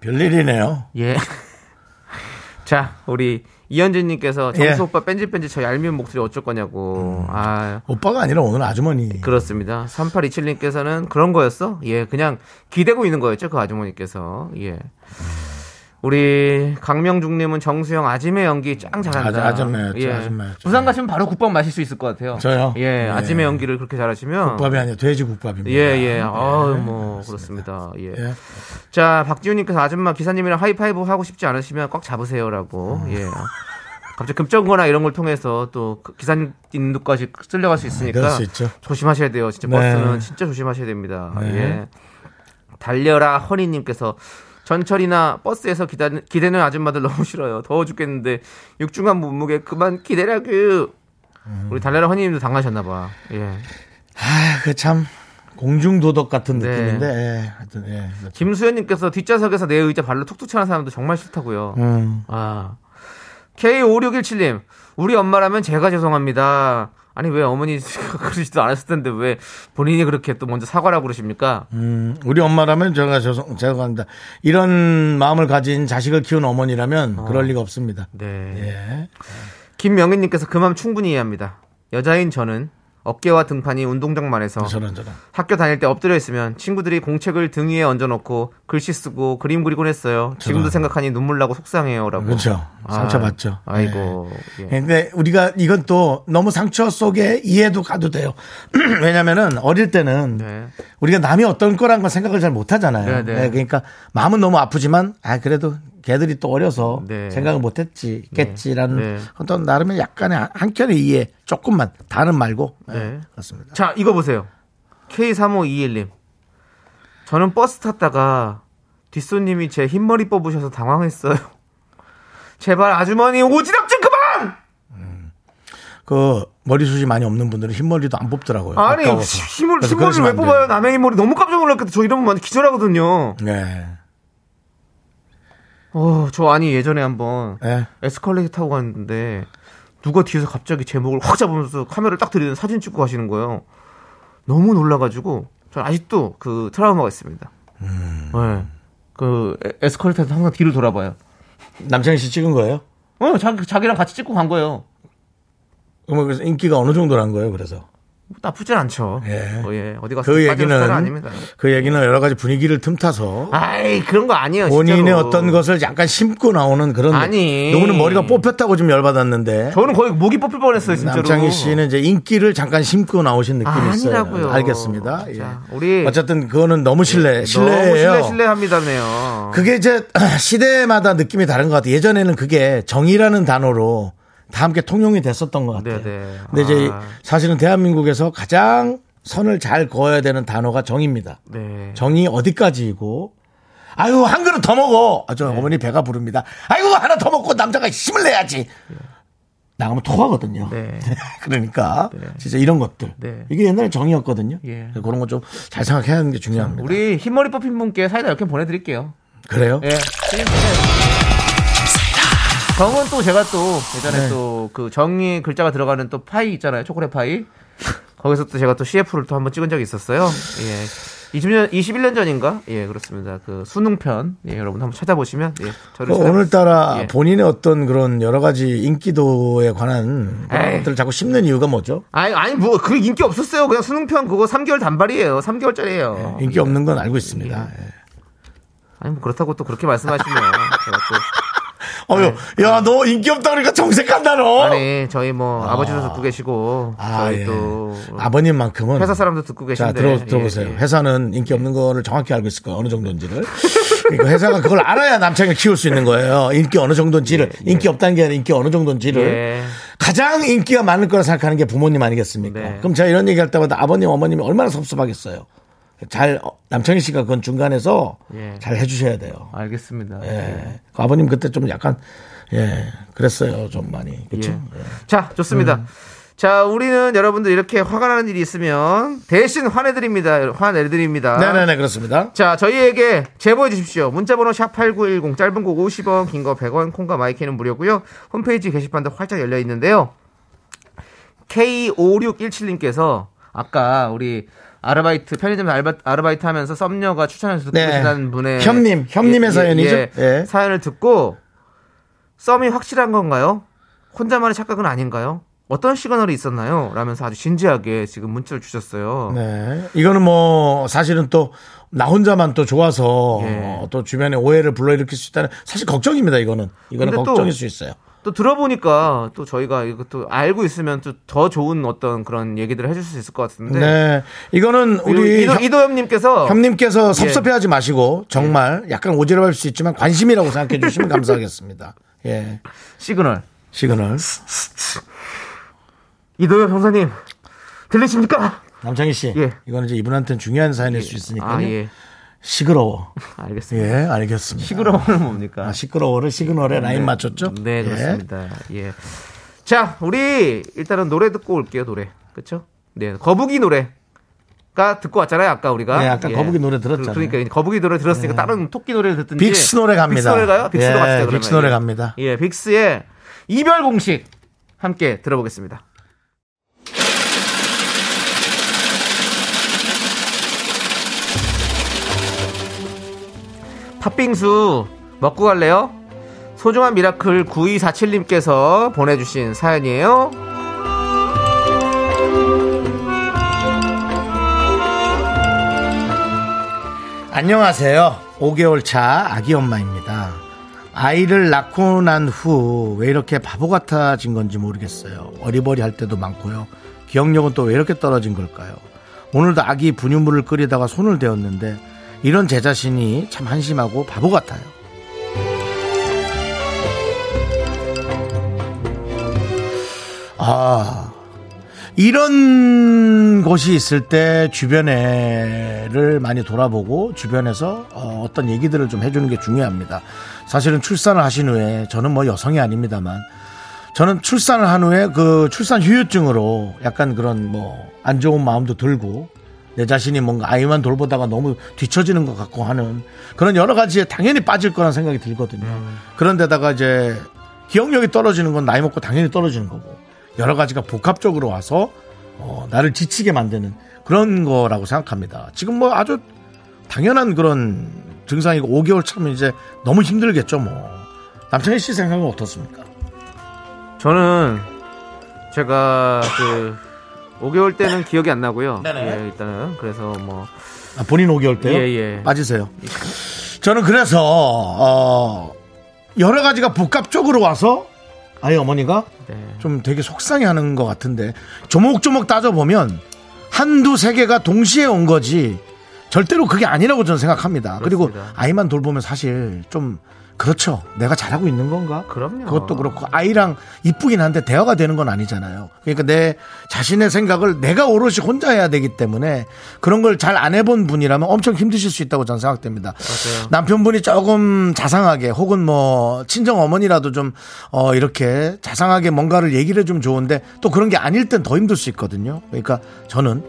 A: 별일이네요.
B: 예. <laughs> 자, 우리 이현진님께서 정수
A: 예. 음.
B: 오빠 뺀질뺀질 저 얄미운 목소리 어쩔 거냐고. 아,
A: 오빠가 아니라 오늘 아주머니.
B: 그렇습니다. 3827님께서는 그런 거였어? 예, 그냥 기대고 있는 거였죠, 그 아주머니께서. 예. 우리 강명중님은 정수영 아침의 연기 짱 잘한다.
A: 아, 아줌마였죠, 아줌마였죠. 예.
B: 부산 가시면 바로 국밥 마실 수 있을 것 같아요.
A: 저요?
B: 예,
A: 예.
B: 아침의 연기를 그렇게 잘하시면.
A: 국밥이 아니라 돼지 국밥입니다.
B: 예, 예. 아유, 뭐, 그렇습니다. 예.
A: 예.
B: 자, 박지훈님께서 아줌마 기사님이랑 하이파이브 하고 싶지 않으시면 꽉 잡으세요라고.
A: 음.
B: 예. 갑자기 급정거나 이런 걸 통해서 또 그 기사님까지 쓸려갈 수 있으니까
A: 그럴 아, 수 있죠.
B: 조심하셔야 돼요. 진짜
A: 네.
B: 버스는 진짜 조심하셔야 됩니다.
A: 네.
B: 예. 달려라 허니님께서 전철이나 버스에서 기다, 기대는 아줌마들 너무 싫어요. 더워 죽겠는데 육중한 몸무게 그만 기대라구.
A: 음.
B: 우리 달려라 허니님도 당하셨나봐. 예.
A: 아, 그 참 공중도덕 같은
B: 네.
A: 느낌인데, 예, 하여튼 예. 그렇죠.
B: 김수현님께서 뒷좌석에서 내 의자 발로 툭툭 차는 사람도 정말 싫다고요.
A: 음.
B: 아. K5617님, 우리 엄마라면 제가 죄송합니다. 아니, 왜 어머니 <laughs> 그러지도 않았을 텐데 왜 본인이 그렇게 또 먼저 사과라고 그러십니까?
A: 음, 우리 엄마라면 제가 죄송, 죄송합니다. 이런 마음을 가진 자식을 키운 어머니라면 그럴 리가 없습니다.
B: 어. 네.
A: 예.
B: 김명희님께서 그 맘 충분히 이해합니다. 여자인 저는 어깨와 등판이 운동장만해서
A: 네, 저는 저는
B: 학교 다닐 때 엎드려 있으면 친구들이 공책을 등 위에 얹어놓고 글씨 쓰고 그림 그리곤 했어요. 지금도 생각하니 눈물 나고 속상해요라고.
A: 그렇죠. 상처받죠. 네.
B: 아, 이고
A: 근데 우리가 이건 또 너무 상처 속에 이해도 가도 돼요. <clears throat> 왜냐면은 어릴 때는
B: 네.
A: 우리가 남이 어떤 거란 걸 생각을 잘 못 하잖아요.
B: 네, 네.
A: 그러니까 마음은 너무 아프지만 아 그래도 걔들이 또 어려서
B: 네.
A: 생각을 못 했지 겠지라는
B: 네.
A: 어떤 나름의 약간의 한켠의 이해 조금만 다는 말고 네.
B: 네.
A: 그렇습니다.
B: 자, 이거 보세요. K3521님. 저는 버스 탔다가 뒷손님이 제 흰머리 뽑으셔서 당황했어요. <laughs> 제발 아주머니 오지랖 좀 그만!
A: 그 머리숱이 많이 없는 분들은 흰머리도 안 뽑더라고요.
B: 아니,
A: 아까워서.
B: 흰머리,
A: 그래서
B: 흰머리를
A: 그러시면
B: 왜
A: 안 돼요.
B: 뽑아요? 남의 흰머리 너무 깜짝 놀랐거든요. 저 이러면 완전 기절하거든요.
A: 네.
B: 어, 저 아니 예전에 한번
A: 네.
B: 에스컬레이터 타고 갔는데 누가 뒤에서 갑자기 제 목을 확 잡으면서 카메라를 딱 들이는 사진 찍고 가시는 거예요. 너무 놀라가지고 전 아직도 그 트라우마가 있습니다.
A: 음.
B: 네. 그 에- 에스컬레이터에서 항상 뒤를 돌아봐요.
A: 남창희 씨 찍은 거예요?
B: 어, 자기, 자기랑 같이 찍고 간 거예요.
A: 그러면 그래서 인기가 어느 정도란 거예요? 그래서
B: 나쁘진 않죠.
A: 예.
B: 어, 예. 어디 가서
A: 그
B: 빠지는 스타일은
A: 얘기는
B: 아닙니다.
A: 그 얘기는 여러 가지 분위기를 틈타서
B: 아이 그런 거 아니에요.
A: 본인의
B: 진짜로.
A: 어떤 것을 약간 심고 나오는 그런
B: 아니.
A: 누구는 머리가 뽑혔다고 좀 열받았는데
B: 저는 거의 목이 뽑힐 뻔했어요 진짜로.
A: 남창희 씨는 이제 인기를 잠깐 심고 나오신 느낌이
B: 아,
A: 있어요.
B: 아니라고요.
A: 알겠습니다.
B: 진짜.
A: 예.
B: 우리- 예,
A: 어쨌든 그거는 너무 신뢰
B: 너무
A: 신뢰예요.
B: 신뢰 신뢰합니다네요.
A: 그게 이제 <clears throat> 시대마다 느낌이 다른 것 같아요. 예전에는 그게 정의라는 단어로 다 함께 통용이 됐었던 것 같아요.
B: 네, 네.
A: 근데 이제
B: 아.
A: 사실은 대한민국에서 가장 선을 잘 그어야 되는 단어가 정의입니다.
B: 네.
A: 정이 어디까지이고 아유 한 그릇 더 먹어 아, 저
B: 네.
A: 어머니 배가 부릅니다 아이고 하나 더 먹고 남자가 힘을 내야지 나가면 토하거든요
B: 예. 네.
A: <laughs> 그러니까 진짜 이런 것들
B: 네.
A: 이게 옛날에 정이었거든요
B: 예.
A: 그런 거 좀 잘 생각해야 하는 게 중요합니다
B: 우리 흰머리 뽑힌 분께 사이다 이렇게 보내드릴게요.
A: 그래요
B: 예. 정은 또 제가 또
A: 네.
B: 예전에 또 그 정의 글자가 들어가는 또 파이 있잖아요. 초콜릿 파이. 거기서 또 제가 또 CF를 또 한번 찍은 적이 있었어요. 예. 20년, 21년 전인가? 예, 그렇습니다. 그 수능편. 예, 여러분 한번 찾아보시면. 예, 저를
A: 그 오늘따라
B: 예.
A: 본인의 어떤 그런 여러 가지 인기도에 관한
B: 에이.
A: 것들을 자꾸 씹는 이유가 뭐죠
B: 아니, 아니, 뭐, 그 인기 없었어요. 그냥 수능편 그거 3개월 단발이에요. 3개월짜리예요
A: 네, 인기 없는 건 알고 있습니다 예.
B: 아니, 뭐 그렇다고 또 그렇게
A: <laughs>
B: 말씀하시면. 제가 또
A: 어휴 야 너 인기 없다 그러니까 정색한다 너
B: 아. 아니 저희 뭐 아. 버지도 듣고 계시고
A: 아,
B: 저희
A: 예.
B: 또
A: 아버님만큼은
B: 회사 사람도 듣고
A: 자,
B: 계신데
A: 들어, 들어보세요.
B: 예, 예.
A: 회사는 인기 없는 거를 정확히 알고 있을 거예요. 어느 정도인지를. 그러니까 회사가 그걸 알아야 남창을 키울 수 있는 거예요. 인기 어느 정도인지를. 인기 없다는 게 아니라 인기 어느 정도인지를.
B: 예.
A: 가장 인기가 많을 거라 생각하는 게 부모님 아니겠습니까?
B: 네.
A: 그럼 제가 이런 얘기 할 때마다 아버님, 어머님이 얼마나 섭섭하겠어요. 잘, 어, 남창희 씨가 그건 중간에서
B: 예.
A: 잘 해주셔야 돼요.
B: 알겠습니다.
A: 예. 그 아버님 그때 좀 약간, 예, 그랬어요. 좀 많이.
B: 예.
A: 그렇죠
B: 자 좋습니다. 자 우리는 여러분들 이렇게 화가 나는 일이 있으면 대신 화내드립니다. 화내드립니다.
A: 네네네, 그렇습니다.
B: 자 저희에게 제보해 주십시오. 문자번호 샵8910 짧은 거 50원 긴 거 100원 콩과 마이크는 무료고요. 홈페이지 게시판도 활짝 열려 있는데요. K5617님께서 아까 우리 아르바이트 편의점 알바, 아르바이트 하면서 썸녀가 추천해서 듣고
A: 네.
B: 계시다는 분의 예,
A: 현님, 현님의 사연이죠? 예.
B: 사연을 듣고 썸이 확실한 건가요? 혼자만의 착각은 아닌가요? 어떤 시그널이 있었나요? 라면서 아주 진지하게 지금 문자를 주셨어요.
A: 네. 이거는 뭐 사실은 또 나 혼자만 또 좋아서
B: 예.
A: 어, 또 주변에 오해를 불러일으킬 수 있다는 사실 걱정입니다. 이거는 이거는
B: 근데 또-
A: 걱정일 수 있어요.
B: 또 들어보니까 또 저희가 이것도 알고 있으면 또 더 좋은 어떤 그런 얘기들을 해줄 수 있을 것
A: 네.
B: 같은데.
A: 이거는 우리
B: 그 이도, 이도엽님께서
A: 형님께서
B: 예.
A: 섭섭해하지 마시고 정말 약간 오지랖할 수 있지만 관심이라고 생각해
B: <laughs>
A: 주시면 감사하겠습니다. 예.
B: 시그널.
A: 시그널.
B: 이도엽 형사님 들리십니까?
A: 남창희 씨.
B: 예.
A: 이거는 이제 이분한테는 중요한 사연일 수 있으니까요.
B: 아 예,
A: 시끄러워.
B: 알겠습니다.
A: 예, 알겠습니다.
B: 시그널은 뭡니까?
A: 아, 시끄러워를 시그널에 라인 맞췄죠?
B: 네
A: 예.
B: 그렇습니다. 예. 자 우리 일단은 노래 듣고 올게요 노래. 그렇죠? 네 거북이 노래가 듣고 왔잖아요 아까 우리가.
A: 네, 아까 거북이 노래 들었잖아요. 네.
B: 그- 그러니까 이제 거북이 노래 들었으니까 다른 토끼 노래를 듣든지.
A: 빅스 노래 갑니다.
B: 예. 빅스 노래 가요? 빅스로
A: 예,
B: 갑시다. 그러면.
A: 빅스 노래
B: 예.
A: 갑니다.
B: 예, 빅스의 이별 공식 함께 들어보겠습니다. 팥빙수 먹고 갈래요? 소중한 미라클 9247님께서 보내주신 사연이에요.
A: 안녕하세요. 5개월 차 아기 엄마입니다. 아이를 낳고 난 후 왜 이렇게 바보 같아진 건지 모르겠어요. 어리버리 할 때도 많고요. 기억력은 또 왜 이렇게 떨어진 걸까요? 오늘도 아기 분유물을 끓이다가 손을 대었는데 이런 제 자신이 참 한심하고 바보 같아요. 아, 이런 곳이 있을 때 주변에를 많이 돌아보고 주변에서 어, 어떤 얘기들을 좀 해주는 게 중요합니다. 사실은 출산을 하신 후에 저는 뭐 여성이 아닙니다만 저는 출산을 한 후에 그 출산 휴유증으로 약간 그런 뭐 안 좋은 마음도 들고 내 자신이 뭔가 아이만 돌보다가 너무 뒤처지는 것 같고 하는 그런 여러 가지에 당연히 빠질 거란 생각이 들거든요. 그런데다가 이제 기억력이 떨어지는 건 나이 먹고 당연히 떨어지는 거고 여러 가지가 복합적으로 와서 어, 나를 지치게 만드는 그런 거라고 생각합니다. 지금 뭐 아주 당연한 그런 증상이고 5개월 차면 이제 너무 힘들겠죠 뭐. 남창희 씨 생각은 어떻습니까?
B: 저는 제가 그 5개월 때는 기억이 안 나고요.
A: 네네.
B: 예, 일단은 그래서 뭐
A: 아, 본인 5개월 때요?
B: 예, 예.
A: 빠지세요. 저는 그래서 어, 여러 가지가 복합적으로 와서 아이 어머니가
B: 네.
A: 좀 되게 속상해하는 것 같은데 조목조목 따져보면 한두 세 개가 동시에 온 거지 절대로 그게 아니라고 저는 생각합니다. 그리고
B: 그렇습니다.
A: 아이만 돌보면 사실 좀 그렇죠. 내가 잘하고 있는 건가?
B: 그럼요.
A: 그것도 그렇고 아이랑 이쁘긴 한데 대화가 되는 건 아니잖아요. 그러니까 내 자신의 생각을 내가 오롯이 혼자 해야 되기 때문에 그런 걸 잘 안 해본 분이라면 엄청 힘드실 수 있다고 저는 생각됩니다.
B: 맞아요.
A: 남편분이 조금 자상하게 혹은 뭐 친정 어머니라도 좀 어, 이렇게 자상하게 뭔가를 얘기를 해주면 좋은데 또 그런 게 아닐 땐 더 힘들 수 있거든요. 그러니까 저는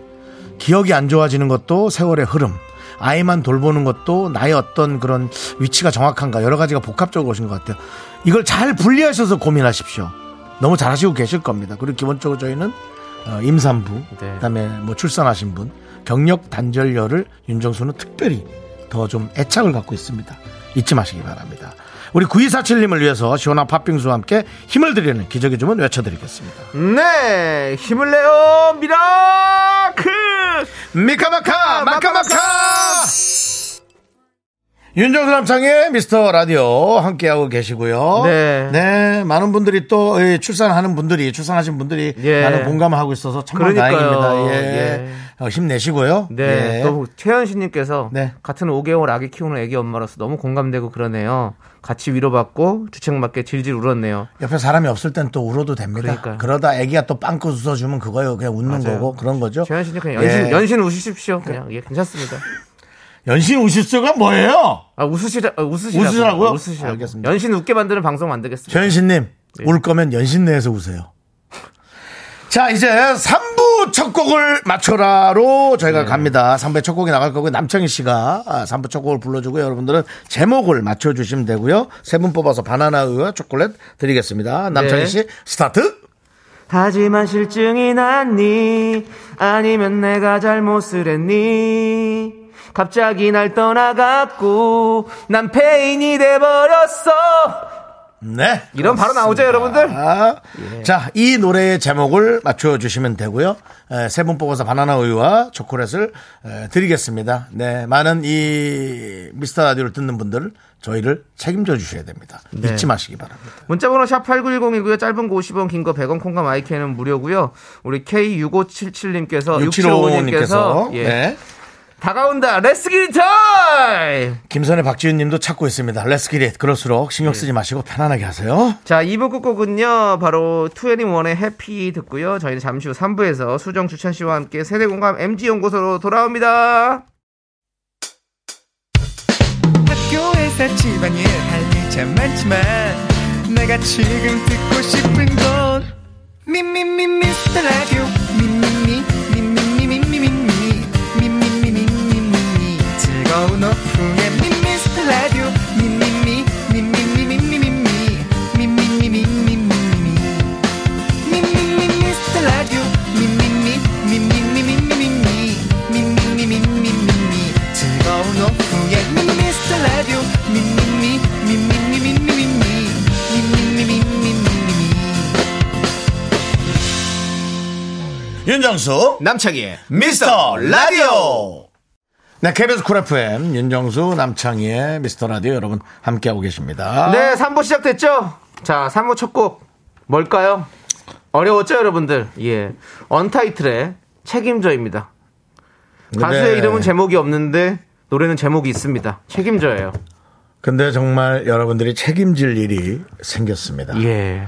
A: 기억이 안 좋아지는 것도 세월의 흐름. 아이만 돌보는 것도 나의 어떤 그런 위치가 정확한가 여러 가지가 복합적으로 오신 것 같아요. 이걸 잘 분리하셔서 고민하십시오. 너무 잘하시고 계실 겁니다. 그리고 기본적으로 저희는 어, 임산부,
B: 네.
A: 그다음에 뭐 출산하신 분, 경력 단절녀를 윤정수는 특별히 더 좀 애착을 갖고 있습니다. 잊지 마시기 바랍니다. 우리 9247님을 위해서 시원한 팥빙수와 함께 힘을 드리는 기적의 주문 외쳐드리겠습니다.
B: 네, 힘을 내요 미라클.
A: 미카마카 마카마카 윤정수 남창의 미스터 라디오 함께하고 계시고요.
B: 네.
A: 네, 많은 분들이 또이 출산하는 분들이 출산하신 분들이
B: 예.
A: 많은 공감을 하고 있어서 정말
B: 그러니까요.
A: 다행입니다. 예.
B: 예.
A: 어, 힘내시고요.
B: 네,
A: 예.
B: 또 최현신님께서
A: 네.
B: 같은 5개월 아기 키우는 애기 엄마로서 너무 공감되고 그러네요. 같이 위로받고 주책맞게 질질 울었네요.
A: 옆에 사람이 없을 땐 또 울어도 됩니다.
B: 그러니까요.
A: 러다 아기가 또 빵꾸 웃어주면 그거예요. 그냥 웃는
B: 맞아요.
A: 거고 그런 거죠.
B: 최현신님 그냥
A: 예.
B: 연신 연신 우시십시오. 그냥 예, 괜찮습니다.
A: 연신 우실수가 뭐예요?
B: 아 웃으시라 아, 웃으시라고
A: 웃으시라고요?
B: 아, 웃으시라고.
A: 알겠습니다.
B: 연신 웃게 만드는 방송 만들겠습니다. 네.
A: 최현신님 울 거면 연신 내에서 우세요. 자 이제 3부 첫 곡을 맞춰라로 저희가
B: 네.
A: 갑니다. 3부의 첫 곡이 나갈 거고요. 남창희 씨가 3부 첫 곡을 불러주고 여러분들은 제목을 맞춰주시면 되고요. 세 분 뽑아서 바나나우와 초콜릿 드리겠습니다. 남창희
B: 네.
A: 씨 스타트.
B: 하지만 실증이 났니? 아니면 내가 잘못을 했니? 갑자기 날 떠나갔고 난 페인이 돼버렸어.
A: 네.
B: 이런 바로 나오죠, 여러분들?
A: 아, 자, 이 노래의 제목을 맞춰주시면 되고요. 세 분 뽑아서 바나나 우유와 초콜릿을 에, 드리겠습니다. 네, 많은 이 미스터 라디오를 듣는 분들 저희를 책임져 주셔야 됩니다.
B: 네.
A: 잊지 마시기 바랍니다.
B: 문자번호 샵 8910이고요. 짧은 거 50원, 긴 거 100원, 콩과 마이크는 무료고요. 우리 K6577님께서
A: 6755님께서 네.
B: 6755님께서 어, 예. 다가온다. 레츠 기리 타임!
A: 김선혜 박지윤님도 찾고 있습니다. Let's get it. 그럴수록 신경
B: 예.
A: 쓰지 마시고 편안하게 하세요.
B: 자, 2부 끝곡은요, 바로 2NE1의 해피 듣고요. 저희는 잠시 후 3부에서 수정 주찬 씨와 함께 세대공감 MG연구소로 돌아옵니다.
E: 학교에서 집안일 할 일 참 많지만 내가 지금 듣고 싶은 건 미미미 미스터 라디오 미미미 미미미 미미미 미미미 미미미 즐거운 오후에 미스터 라디오 미미미 미미미 미미미 미미미 미미미 미미미 미스터 라디오 미미미 미미미 미미미 미미미 미미미 즐거운 오후에 미스터 라디오 미미미 미미미 미미미
F: 윤정수
C: 남창희의
F: 미스터 라디오
A: 네, KBS 쿨 FM 윤정수 남창희의 미스터 라디오 여러분 함께하고 계십니다.
B: 네, 3부 시작됐죠? 자, 3부 첫 곡 뭘까요? 어려웠죠, 여러분들? 예. 언타이틀의 책임져입니다. 가수의
A: 네.
B: 이름은 제목이 없는데 노래는 제목이 있습니다. 책임져예요.
A: 근데 정말 여러분들이 책임질 일이 생겼습니다.
B: 예.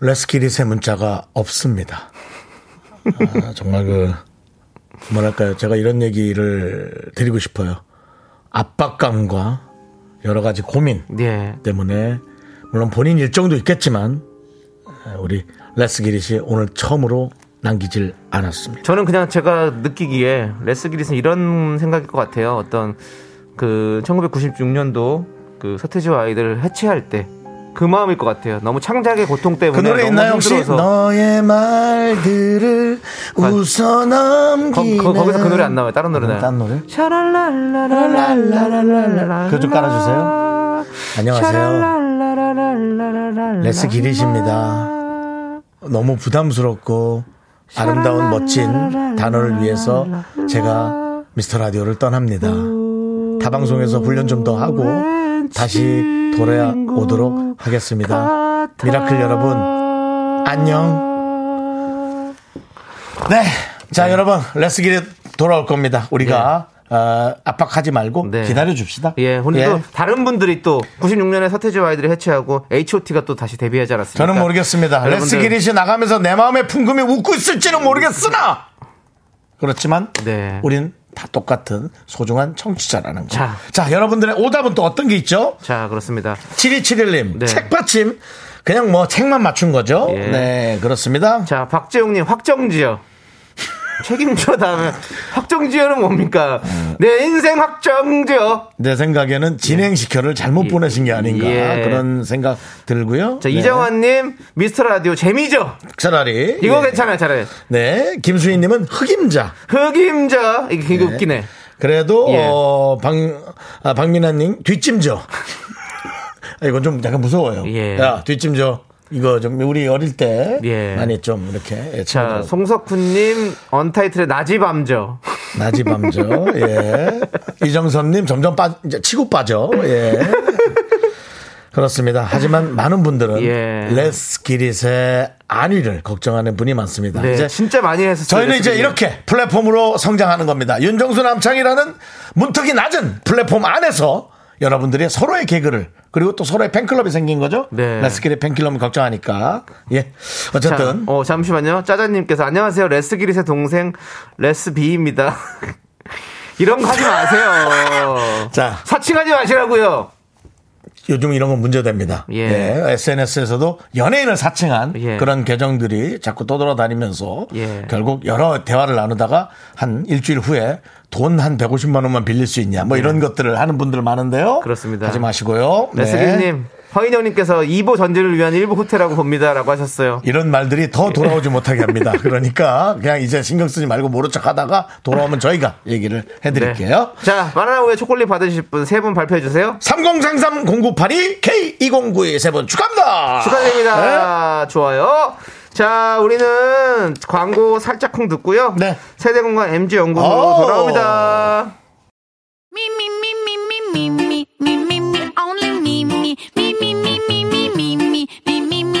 A: 레스키리 세 문자가 없습니다. 아, 정말 그 뭐랄까요? 제가 이런 얘기를 드리고 싶어요. 압박감과 여러 가지 고민
B: 예.
A: 때문에 물론 본인 일정도 있겠지만 아, 우리 레스키리 씨 오늘 처음으로 남기질 않았습니다.
B: 저는 그냥 제가 느끼기에 레스 기리스는 이런 생각일 것 같아요. 어떤 그 1996년도 그 서태지와 아이들을 해체할 때 그 마음일 것 같아요. 너무 창작의 고통 때문에
A: 그 노래
B: 너무
A: 있나요 혹시?
B: 힘들어서
A: 너의 말들을
B: 아. 거,
A: 웃어넘기는
B: 기서그 노래 안 나와요. 다른 노래
A: 음,
B: 나와요.
A: 딴 노래?
B: 샤랄랄랄랄랄랄랄랄랄.
A: 그거 좀 깔아주세요. 안녕하세요.
B: 샤랄랄랄랄랄랄랄.
A: 레스 기리십니다. 너무 부담스럽고 아름다운 멋진 단어를 위해서 제가 미스터 라디오를 떠납니다. 타방송에서 훈련 좀 더 하고 다시 돌아오도록 하겠습니다. 미라클 여러분 안녕. 네, 자 여러분 레스 기리 돌아올 겁니다. 우리가 어, 압박하지 말고
B: 네.
A: 기다려 줍시다.
B: 예, 오늘 또 다른 분들이 또 96년에 서태지와 아이들이 해체하고 H.O.T가 또 다시 데뷔하지 않았습니까?
A: 저는 모르겠습니다.
B: 그러니까 여러분들- 음.
A: 레스 기릿이 나가면서 내 마음에 풍금이 웃고 있을지는 모르겠으나 그렇지만
B: 네.
A: 우린 다 똑같은 소중한 청취자라는 거. 자,
B: 자.
A: 여러분들의 오답은 또 어떤 게 있죠?
B: 자, 그렇습니다.
A: 7271님
B: 네.
A: 책받침 그냥 뭐 책만 맞춘 거죠.
B: 예.
A: 네 그렇습니다.
B: 자, 박재용님 확정지어. 책임져 다음에 확정지어는 뭡니까?
A: 음.
B: 내 인생 확정지어.
A: 내 생각에는 진행시켜를 잘못
B: 예.
A: 보내신 게 아닌가
B: 예.
A: 그런 생각 들고요.
B: 자,
A: 네.
B: 이정환님 미스터 라디오 재미져.
A: 차라리
B: 이거
A: 예.
B: 괜찮아요, 잘해.
A: 네 김수희님은 흑임자.
B: 흑임져. 이게 되게 웃기네.
A: 그래도
B: 예.
A: 어, 방 아, 박민아님 뒷짐 져. <laughs> 아, 이건 좀 약간 무서워요.
B: 예.
A: 야 뒷짐 져. 이거 좀 우리 어릴 때
B: 예.
A: 많이 좀 이렇게 예, 친구들하고
B: 자, 송석훈님 언타이틀의 낮이밤져.
A: 낮이 밤죠.
B: <laughs>
A: 예. 이정섭님 점점 빠 이제 치고 빠져. 예. 그렇습니다. 하지만 많은 분들은
B: 예.
A: 레스 기릿의 안위를 걱정하는 분이 많습니다.
B: 네,
A: 이제
B: 진짜 많이 했었어요.
A: 저희는 이제
B: 레슬링을.
A: 이렇게 플랫폼으로 성장하는 겁니다. 윤정수 남창이라는 문턱이 낮은 플랫폼 안에서 여러분들이 서로의 개그를 그리고 또 서로의 팬클럽이 생긴 거죠.
B: 네.
A: 레스키의 팬클럽은 걱정하니까 예
B: 자,
A: 어쨌든
B: 어, 잠시만요. 짜자님께서 안녕하세요. 레스기릿의 동생 레스비입니다. <laughs> 이런 거 하지 마세요.
A: <laughs> 자.
B: 사칭하지 마시라고요.
A: 요즘 이런 건 문제됩니다.
B: 예.
A: SNS에서도 연예인을 사칭한
B: 예.
A: 그런 계정들이 자꾸 떠돌아다니면서
B: 예.
A: 결국 여러 대화를 나누다가 한 일주일 후에 돈 한 150만 원만 빌릴 수 있냐 뭐 이런 것들을 하는 분들 많은데요.
B: 네. 그렇습니다.
A: 하지 마시고요. 네.
B: 레스기님 허인영님께서 2보 전제를 위한 1부 후퇴라고 봅니다라고 하셨어요.
A: 이런 말들이 더 돌아오지 못하게 합니다. 그러니까 그냥 이제 신경 쓰지 말고 모른 척 하다가 돌아오면 저희가 얘기를
B: 네.
A: 해드릴게요.
B: 자, 바나나 우유 초콜릿 받으실 분 세 분 발표해 주세요.
A: 3033-0982 K2092 세 분 축하합니다. 아,
B: 축하드립니다.
A: 네.
B: 좋아요. 자, 우리는 광고 살짝 쿵 듣고요.
A: 네.
B: 세대공간 MG 연구소로
A: 오.
B: 돌아옵니다.
D: Me, me, me, me, me, me, me, me, me, me, only me, me, me, me, me, me, me, me, me, me, me, me,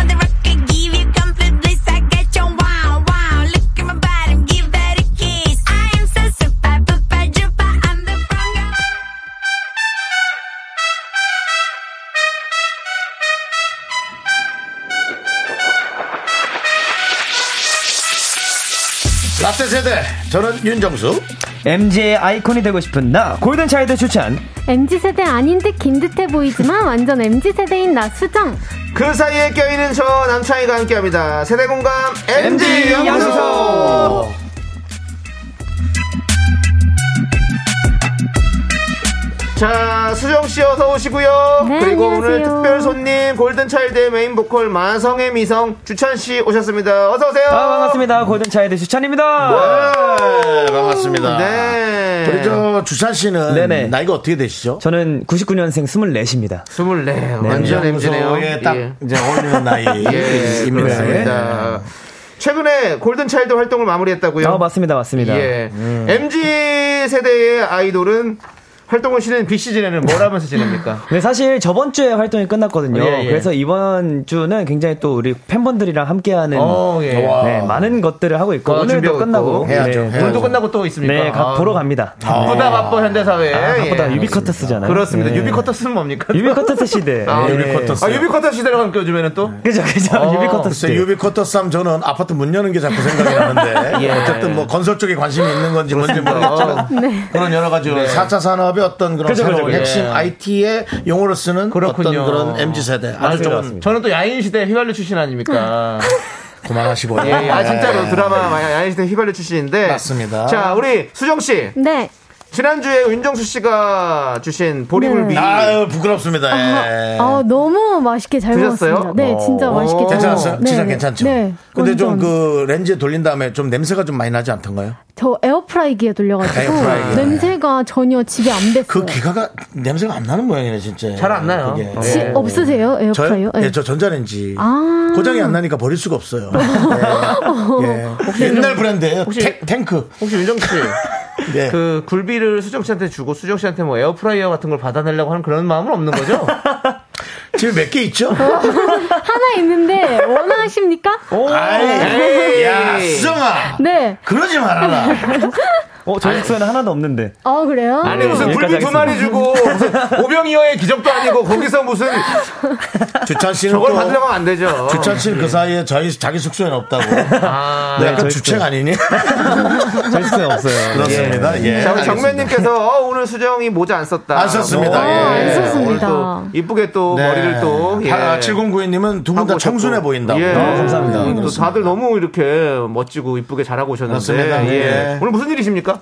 D: on the rocket, give you complete bliss. I got your wow, wow. Look at my body, give that a kiss. I am so super, super, duper. I'm the front girl.
A: 라떼 세대 저는 윤정수
G: MG의 아이콘이 되고 싶은 나 골든차이드 추천
H: MZ세대 아닌 듯 긴 듯해 보이지만 완전 MZ세대인 나 수정.
B: 그 사이에 껴있는 저 남창희가 함께합니다 세대공감 MG 연구소 자, 수정 씨 어서 오시고요.
H: 네,
B: 그리고 오늘
H: 안녕하세요.
B: 특별 손님 골든 차일드의 메인 보컬 만성의 미성 주찬 씨 오셨습니다. 어서 오세요.
G: 아, 반갑습니다. 골든차이드 주찬입니다.
A: 네, 반갑습니다.
B: 네.
A: 우리 저 주찬 씨는
G: 네네.
A: 나이가 어떻게 되시죠?
G: 저는 99년생 24입니다.
B: 24. 완전 MZ네요.
A: 예, 딱
B: 예.
A: 이제 어울리는
B: 예,
A: 나이입니다.
B: 그렇습니다. 최근에 골든 차일드 활동을 마무리했다고요?
G: 아, 맞습니다. 맞습니다. 음.
B: 예. MZ 세대의 아이돌은 활동을 쉬는 비시즌에는 뭘
G: <laughs>
B: 하면서 지냅니까?
G: 근데 사실 네, 저번 주에 활동이 끝났거든요.
B: 예, 예.
G: 그래서 이번 주는 굉장히 또 우리 팬분들이랑 함께하는
B: 어, 예. 아,
G: 네, 많은 것들을 하고 있고 오늘도 끝나고
B: 해야죠.
G: 네,
B: 오늘도 끝나고 또 있습니까?
G: 네, 가-
B: 아,
G: 보러 갑니다. 네.
B: 바쁘다 바빠 현대사회.
G: 아, 바쁘다.
B: 예.
G: 유비커터 쓰잖아요.
B: 그렇습니다.
G: 네.
B: 유비쿼터스는 뭡니까?
G: 유비쿼터스 시대.
B: 아,
G: 네.
B: 유비쿼터스. 아, 유비쿼터 시대로 가면 요즘에는 또?
G: 그죠, 그죠.
B: 어,
G: 유비쿼터
A: 글쎄
G: 시대.
A: 유비쿼터스 하면 저는 아파트 문 여는 게 자꾸 생각이 나는데
B: 예. 어,
A: 어쨌든 뭐 건설 쪽에 관심이 있는 건지 뭔지 모르겠지만 그런 여러
B: 네.
A: 가지 사 4차 산업의 어떤 그런
G: 그죠, 그죠,
A: 새로운
G: 그죠.
A: 핵심 IT의 용어로 쓰는
B: 그렇군요.
A: 어떤 그런 MZ 세대 아주 좀
B: 저는 또 야인시대 휘발유 출신 아닙니까?
A: 고만하시고
B: 예, 예. 아, 진짜로 드라마 야- 야인시대 휘발유 출신인데.
A: 맞습니다.
B: 자, 우리 수정씨.
H: 네.
B: 지난주에 윤정수 씨가 주신 보리굴비.
A: 아유 부끄럽습니다. 예.
H: 아, 너무 맛있게 잘
B: 드셨어요?
H: 먹었습니다. 네, 진짜
B: 어.
H: 맛있게 잘
A: 괜찮았어요?
H: 먹었어요.
A: 진짜
H: 네,
A: 괜찮죠?
H: 네.
A: 근데 좀
H: 완전.
A: 그 렌즈에 돌린 다음에 좀 냄새가 좀 많이 나지 않던가요?
H: 저 에어프라이기에 돌려가지고
A: 에어프라이기.
H: 냄새가 전혀 집에 안 뱄어요.
A: 그 기가가 냄새가 안 나는 모양이네 진짜.
B: 잘 안 나요. 어.
A: 그게. 네.
H: 지- 없으세요? 에어프라이어?
A: 아, 저요? 예, 저 전자레인지.
H: 아.
A: 고장이 안 나니까 버릴 수가 없어요. 예. 예. 옛날 브랜드예요. 탱, 탱크.
B: 혹시 윤정수 씨.
A: 예.
B: 그 굴비를 수정 씨한테 주고 수정 씨한테 뭐 에어프라이어 같은 걸 받아내려고 하는 그런 마음은
A: <laughs>
B: 없는 거죠?
A: 지금 몇 개 있죠?
H: 하나 있는데
A: <laughs>
H: 원하십니까?
A: 아이, 야, 수정아.
H: 네.
A: 그러지 말아라.
G: 어, 저희 숙소에는 하나도 없는데.
H: 어 그래요?
B: 아니 무슨
G: 네,
B: 굴비
G: 여기까지
B: 두 마리 주고 무슨 오병이어의 기적도 아니고 거기서 무슨
A: 주찬 씨는
B: 저걸
A: 또.
B: 받으려고 하면 안 되죠.
A: 주찬 씨는 그 사이에 저희, 자기 숙소에는 없다고.
B: 아.
A: 너 약간
G: 저희
A: 주책
G: 숙소에.
A: 아니니?
G: 저희 숙소에 없어요.
A: <laughs> 그렇습니다. 예.
B: 네. 자, 우리
A: 알겠습니다.
B: 정면님께서 어, 오늘 수정이 모자 안 썼다.
A: 안 썼습니다.
B: 뭐,
A: 예.
H: 안 썼습니다.
B: 오늘 또 이쁘게 또
A: 네.
B: 머리를 또. 예.
A: 아, 7092님은 두 분 다
B: 하고
A: 청순해
B: 오셨고.
A: 보인다고. 네, 아,
B: 예.
G: 감사합니다.
H: 음.
B: 또 다들 너무 이렇게 멋지고 이쁘게 잘하고 오셨는데.
A: 그렇습니다.
B: 예.
A: 예.
B: 오늘 무슨 일이십니까?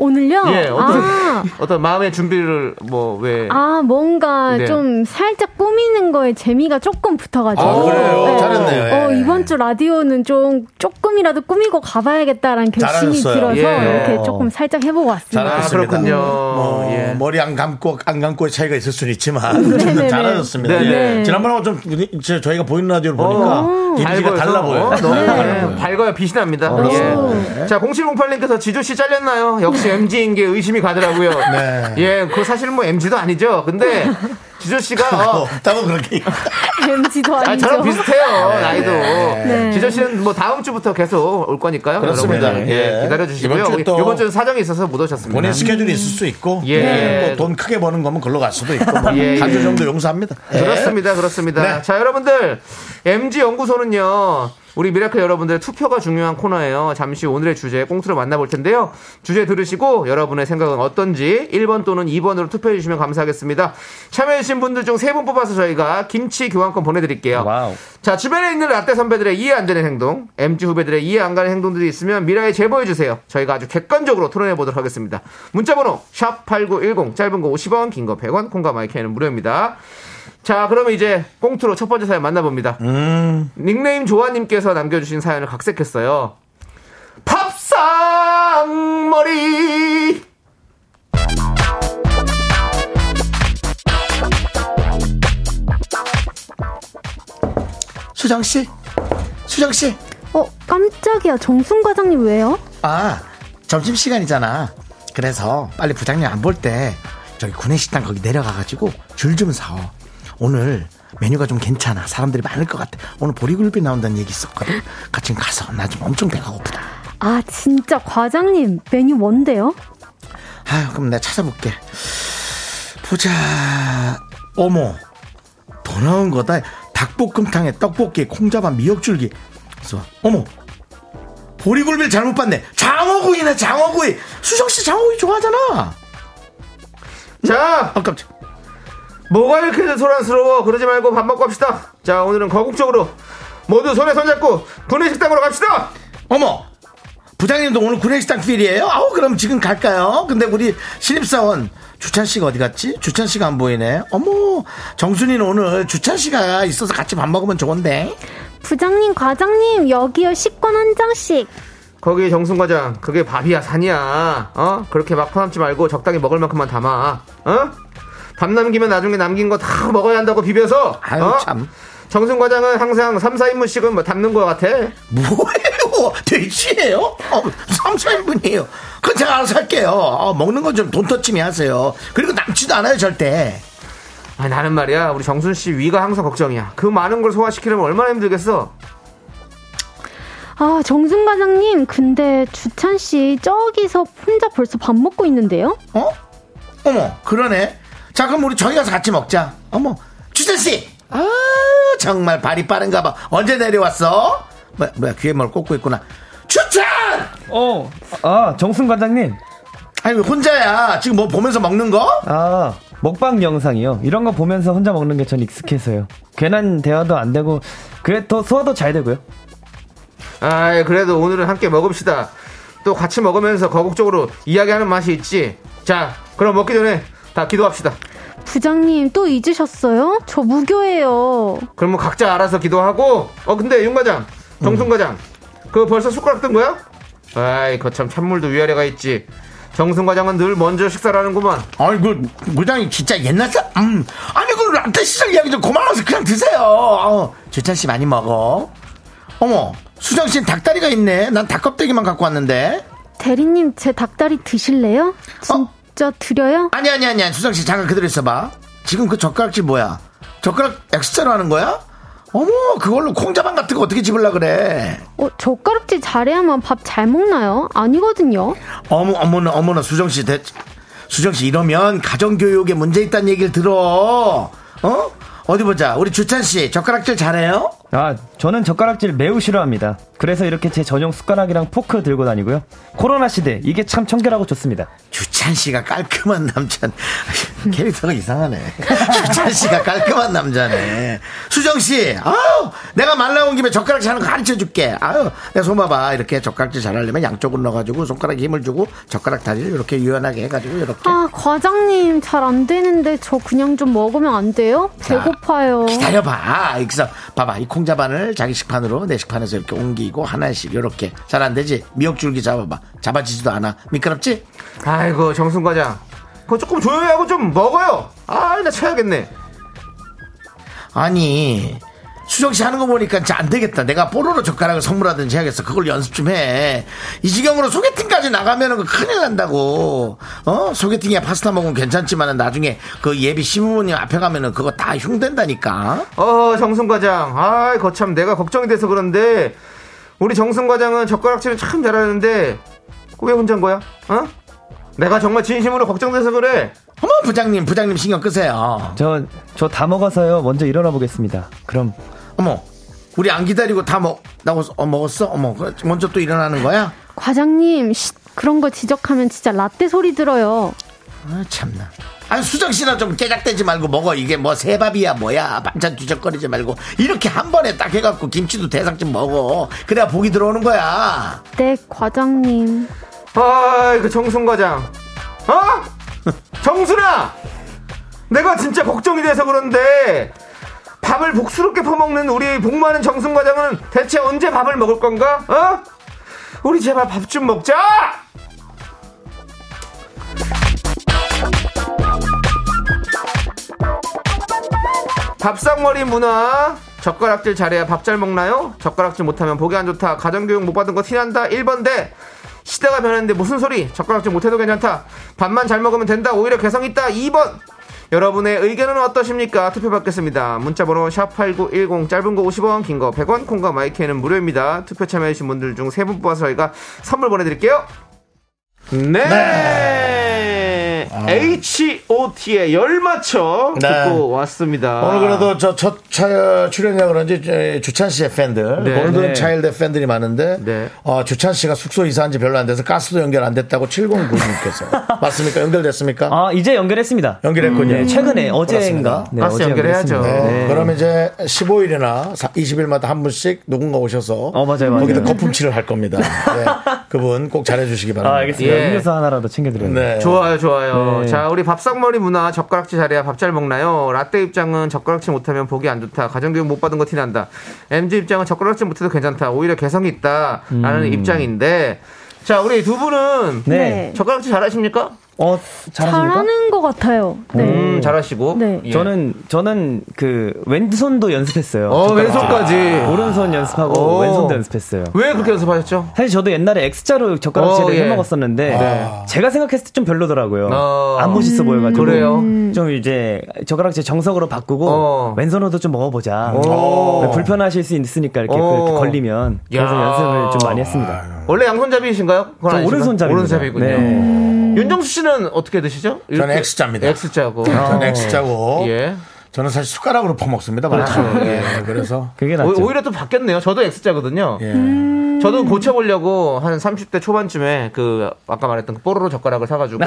H: 오늘요?
B: 예, 어떤,
H: 아,
B: 어떤 마음의 준비를 뭐 왜.
H: 아, 뭔가
B: 네.
H: 좀 살짝 꾸미는 거에 재미가 조금 붙어가지고.
A: 아, 그래요? 잘했네요. 예.
H: 어, 이번 주 라디오는 좀 조금이라도 꾸미고 가봐야겠다라는 결심이
A: 잘하셨어요.
H: 들어서
B: 예.
H: 이렇게 조금 살짝 해보고 왔습니다.
A: 잘하셨습니다.
B: 아, 그렇군요.
A: 뭐,
B: 예. 음.
A: 머리 안 감고 안 감고의 차이가 있을 수는 있지만 어쨌든
H: 네네네.
A: 잘하셨습니다.
B: 네네. 어. 음.
A: 예. 지난번하고 좀 분위- 저- 저희가 보이는 라디오를 보니까 이미지가
B: 밝아서,
A: 달라 보여요.
B: 어, 너무
A: 네.
B: 네, 밝아요. 빛이 납니다.
H: 어,
B: 예. 자, 0708님께서 지조씨 잘렸나요? 역시 MG인 게 의심이 가더라고요.
A: 네.
B: 예, 그거 사실은 뭐 MG도 아니죠. 근데 지조씨가,
A: <laughs> 어, 따로 그렇게
B: 음.
H: <laughs> MG도
B: 아,
H: 아니죠.
B: 저랑 비슷해요. 나이도.
H: 네.
B: 지조씨는 뭐 다음 주부터 계속 올 거니까요.
A: 그렇습니다.
B: 여러분,
A: 예.
B: 기다려주시고요.
A: 이번
B: 이번,
A: 주 또-
B: 주는 사정이 있어서 못 오셨습니다.
A: 본인 스케줄이 있을 수 있고
B: 예.
A: 또돈 크게 버는 거면 걸로 갈 수도 있고 뭐
B: 예,
A: 한주
B: 예.
A: 정도 용서합니다. 예.
B: 그렇습니다. 그렇습니다.
A: 네.
B: 자, 여러분들. MG 연구소는요. 우리 미라클 여러분들 투표가 중요한 코너예요. 잠시 오늘의 주제 꽁트로 만나볼 텐데요. 주제 들으시고 여러분의 생각은 어떤지 1번 또는 2번으로 투표해 주시면 감사하겠습니다. 참여해주신 분들 중 3분 뽑아서 저희가 김치 교환권 보내드릴게요.
G: 와우.
B: 자, 주변에 있는 라떼 선배들의 이해 안 되는 행동, MG 후배들의 이해 안 가는 행동들이 있으면 미라에 제보해 주세요. 저희가 아주 객관적으로 토론해 보도록 하겠습니다. 문자 번호 샵 8910 짧은 거 50원, 긴 거 100원, 콩과 마이크는 무료입니다. 자, 그러면 이제 꽁트로 첫 번째 사연 만나봅니다.
A: 음.
B: 닉네임 조아님께서 남겨주신 사연을 각색했어요. 팝상머리!
A: 수정 씨, 수정 씨,
H: 어, 깜짝이야. 정순 과장님 왜요?
A: 아 점심 시간이잖아. 그래서 빨리 부장님 안 볼 때 저기 구내식당 거기 내려가가지고 줄 좀 사와. 오늘 메뉴가 좀 괜찮아. 사람들이 많을 것 같아. 오늘 보리굴비 나온다는 얘기 있었거든. 같이 가서 나 좀 엄청 배가 고프다.
H: 아, 진짜 과장님 메뉴 뭔데요?
A: 아유, 그럼 내가 찾아볼게. 보자. 어머, 더 나온 거다. 닭볶음탕에 떡볶이에 콩자반 미역줄기. 그래서 어머, 보리굴비를 잘못 봤네. 장어구이네, 장어구이. 수정 씨 장어구이 좋아하잖아.
B: 자,
A: 아 깜짝.
B: 뭐가 이렇게 소란스러워 그러지 말고 밥 먹고 합시다 자 뭐, 오늘은 거국적으로 모두 손에 손잡고 구내식당으로 갑시다
A: 어머, 부장님도 오늘 구내식당 필이에요? 아우, 그럼 지금 갈까요? 근데 우리 신입사원, 주찬씨가 어디 갔지? 주찬씨가 안 보이네. 어머, 정순이는 오늘 주찬씨가 있어서 같이 밥 먹으면 좋은데.
H: 부장님, 과장님, 여기요. 식권 한 장씩.
B: 거기 정순 과장 그게 밥이야 산이야 어 그렇게 막 퍼남지 말고 적당히 먹을 만큼만 담아 어밥 남기면 나중에 남긴 거 다 먹어야 한다고 비벼서
A: 아유,
B: 어?
A: 참.
B: 정순 과장은 항상 3, 4인분씩은 뭐 담는 거 같아
A: 뭐예요? <laughs> 돼지예요? 어, 3, 4인분이에요. 그건 제가 알아서 할게요. 어, 먹는 건 좀 돈터치미 하세요. 그리고 남지도 않아요, 절대.
B: 아 나는 말이야 우리 정순 씨 위가 항상 걱정이야 그 많은 걸 소화시키려면 얼마나 힘들겠어
H: 아, 정순 과장님, 근데 주찬 씨 저기서 혼자 벌써 밥 먹고 있는데요?
A: 어? 어머, 그러네. 자, 그럼 우리 저기 가서 같이 먹자. 어머, 주찬씨! 아, 정말 발이 빠른가 봐. 언제 내려왔어? 뭐야, 뭐야, 귀에 뭘 꽂고 있구나. 주찬!
G: 어, 아, 정순 과장님.
A: 아니, 왜 혼자야? 지금 뭐 보면서 먹는 거?
G: 아, 먹방 영상이요. 이런 거 보면서 혼자 먹는 게 전 익숙해서요. 괜한 대화도 안 되고, 그래, 더 소화도 잘 되고요.
B: 아 그래도 오늘은 함께 먹읍시다 또 같이 먹으면서 거국적으로 이야기하는 맛이 있지 자 그럼 먹기 전에 다 기도합시다
H: 부장님, 또 잊으셨어요? 저 무교예요.
B: 그러면 각자 알아서 기도하고 어 근데 윤과장 정순과장 그거 벌써 숟가락 뜬 거야? 아이 그 거참 찬물도 위아래가 있지 정순과장은 늘 먼저 식사를 하는구만
A: 아니, 그, 무장이 진짜 옛날 사, 음. 아니, 그 라떼 시절 이야기 좀 고마워서 그냥 드세요. 어, 주찬씨 많이 먹어. 어머, 수정씨는 닭다리가 있네. 난 닭껍데기만 갖고 왔는데.
H: 대리님, 제 닭다리 드실래요? 진짜 드려요?
A: 아니 아니 아니 아니. 수정 씨 잠깐 그대로 있어봐. 지금 그 젓가락질 뭐야? 젓가락 엑스자로 하는 거야? 어머 그걸로 콩자반 같은 거 어떻게 집을라 그래?
H: 어, 젓가락질 잘해야만 밥 잘 먹나요? 아니거든요.
A: 어머 어머나 어머나 수정 씨 대, 수정 씨 이러면 가정 교육에 문제 있다는 얘기를 들어. 어? 어디 보자. 우리 주찬 씨 젓가락질 잘해요?
G: 아, 저는 젓가락질 매우 싫어합니다. 그래서 이렇게 제 전용 숟가락이랑 포크 들고 다니고요. 코로나 시대, 이게 참 청결하고 좋습니다.
A: 주찬 씨가 깔끔한 남자. 캐릭터가 이상하네. 주찬 씨가 깔끔한 남자네. 수정 씨, 아우 내가 말 나온 김에 젓가락질 하는 거 가르쳐 줄게. 아유, 내 손 봐봐. 이렇게 젓가락질 잘하려면 양쪽으로 넣어가지고 손가락에 힘을 주고 젓가락 다리를 이렇게 유연하게 해가지고 이렇게.
H: 아, 과장님, 잘 안 되는데 저 그냥 좀 먹으면 안 돼요?
A: 자,
H: 배고파요.
A: 기다려봐. 여기서 봐봐. 이 콩자반을 자기 식판으로 내 식판에서 이렇게 옮기고 하나씩 이렇게 잘 안 되지. 미역줄기 잡아봐. 잡아지지도 않아. 미끄럽지?
B: 아이고 정순과장 그거 조금 조용히 하고 좀 먹어요 아 나 쳐야겠네
A: 아니 수정 씨 하는 거 보니까 진짜 안 되겠다. 내가 뽀로로 젓가락을 선물하든지 해야겠어. 그걸 연습 좀 해. 이 지경으로 소개팅까지 나가면 큰일 난다고. 어? 소개팅에 파스타 먹으면 괜찮지만 나중에 그 예비 시부모님 앞에 가면은 그거 다 흉된다니까.
B: 어 정순과장 아이 거참 내가 걱정이 돼서 그런데 우리 정순과장은 젓가락질을 참 잘하는데 그왜 혼자인 거야? 어? 내가 정말 진심으로 걱정돼서 그래
A: 어머 부장님, 부장님 신경 끄세요.
G: 저, 저 다 먹어서요. 먼저 일어나 보겠습니다. 그럼,
A: 어머, 우리 안 기다리고 다 먹, 나 먹었- 어, 먹었어? 어머, 그래, 먼저 또 일어나는 거야?
H: 과장님, 쉿, 그런 거 지적하면 진짜 라떼 소리 들어요.
A: 아, 참나. 아니, 수정 씨나 좀 깨작대지 말고 먹어. 이게 뭐 새밥이야, 뭐야. 반찬 뒤적거리지 말고. 이렇게 한 번에 딱 해갖고 김치도 대상쯤 먹어. 그래야 복이 들어오는 거야.
H: 네, 과장님.
B: 아이 그 정순과장 어? 정순아 내가 진짜 걱정이 돼서 그런데 밥을 복스럽게 퍼먹는 우리 복 많은 정순과장은 대체 언제 밥을 먹을 건가? 어? 우리 제발 밥 좀 먹자 밥상머리 문화 젓가락질 잘해야 밥 잘 먹나요? 젓가락질 못하면 보기 안 좋다 가정교육 못 받은 거 티난다 1번 대 시대가 변했는데 무슨 소리 젓가락질 못해도 괜찮다 밥만 잘 먹으면 된다 오히려 개성 있다 2번 여러분의 의견은 어떠십니까? 투표 받겠습니다 문자번호 샵8910 짧은 거 50원 긴 거 100원 콩과 마이크는 무료입니다 투표 참여해주신 분들 중 3분 뽑아서 저희가 선물 보내드릴게요 네. H.O.T의 열맞춰
A: 네.
B: 듣고 왔습니다.
A: 오늘 그래도 저 첫 차 출연이라 그런지 저- 예, 주찬 씨의 팬들,
B: 네.
A: 골든
B: 네.
A: 차일드 팬들이 많은데 어, 주찬 씨가 숙소 이사한 지 별로 안 돼서 가스도 연결 안 됐다고 <laughs> 7096께서 맞습니까? 연결됐습니까?
G: 아 이제 연결했습니다.
A: 연결했군요.
G: 네, 최근에 어제인가?
A: 음. 그렇습니다.
G: 네, 어제 연결했습니다. 네.
A: 그러면 이제 15일이나 20일마다 한 분씩 누군가 오셔서
G: 어, 맞아요.
A: 거기다 거품칠을 할 겁니다. 네. 그분 꼭 잘해주시기
G: 아,
A: 바랍니다.
G: 알겠습니다.
B: 예.
G: 음료수 하나라도 챙겨드려요.
A: 네.
B: 좋아요, 좋아요.
G: 네.
B: 자, 우리 밥상머리 문화 젓가락질 잘해야 밥 잘 먹나요? 라떼 입장은 젓가락질 못하면 보기 안 좋다. 가정교육 못 받은 거 티난다. MG 입장은 젓가락질 못해도 괜찮다. 오히려 개성이 있다. 라는
G: 음.
B: 입장인데. 자, 우리 두 분은
G: 네.
B: 젓가락질 잘하십니까?
G: 어 잘하십니까?
H: 잘하는 것 같아요. 네.
B: 음, 잘하시고. 예.
G: 저는 저는 그 왼손도 연습했어요.
B: 어,
G: 젓가락질.
B: 왼손까지.
G: 아. 오른손 연습하고
B: 오.
G: 왼손도 연습했어요.
B: 왜 그렇게 연습하셨죠?
G: 사실 저도 옛날에 X자로 젓가락질을
B: 어, 예.
G: 해 먹었었는데
B: 네.
G: 제가 생각했을 때 좀 별로더라고요.
B: 어.
G: 안
H: 음.
G: 멋있어 보여가지고
B: 그래요?
G: 좀 이제 젓가락질 정석으로 바꾸고
B: 어.
G: 왼손으로도 좀 먹어보자.
B: 어.
G: 네, 불편하실 수 있으니까 이렇게
B: 어.
G: 그 걸리면 그래서
B: 야.
G: 연습을 좀 많이 했습니다.
B: 원래 양손잡이이신가요?
G: 저
B: 그건 아니신가요?
G: 오른손잡이입니다. 네.
B: 오른손잡이군요. 윤정수 씨는 어떻게 드시죠?
A: 저는
B: 이렇게
A: X자입니다.
B: X자고.
A: 저는 X자고.
B: 예.
A: 저는 사실 숟가락으로 퍼먹습니다. 그렇죠. 예. 그래서
G: 그게 음. 낫죠.
B: 오, 히려또 바뀌었네요. 저도 X자거든요.
A: 예.
B: 저도 고쳐보려고 한 30대 초반쯤에 그 아까 말했던 그 뽀로로
A: <laughs>
B: 젓가락을 사가지고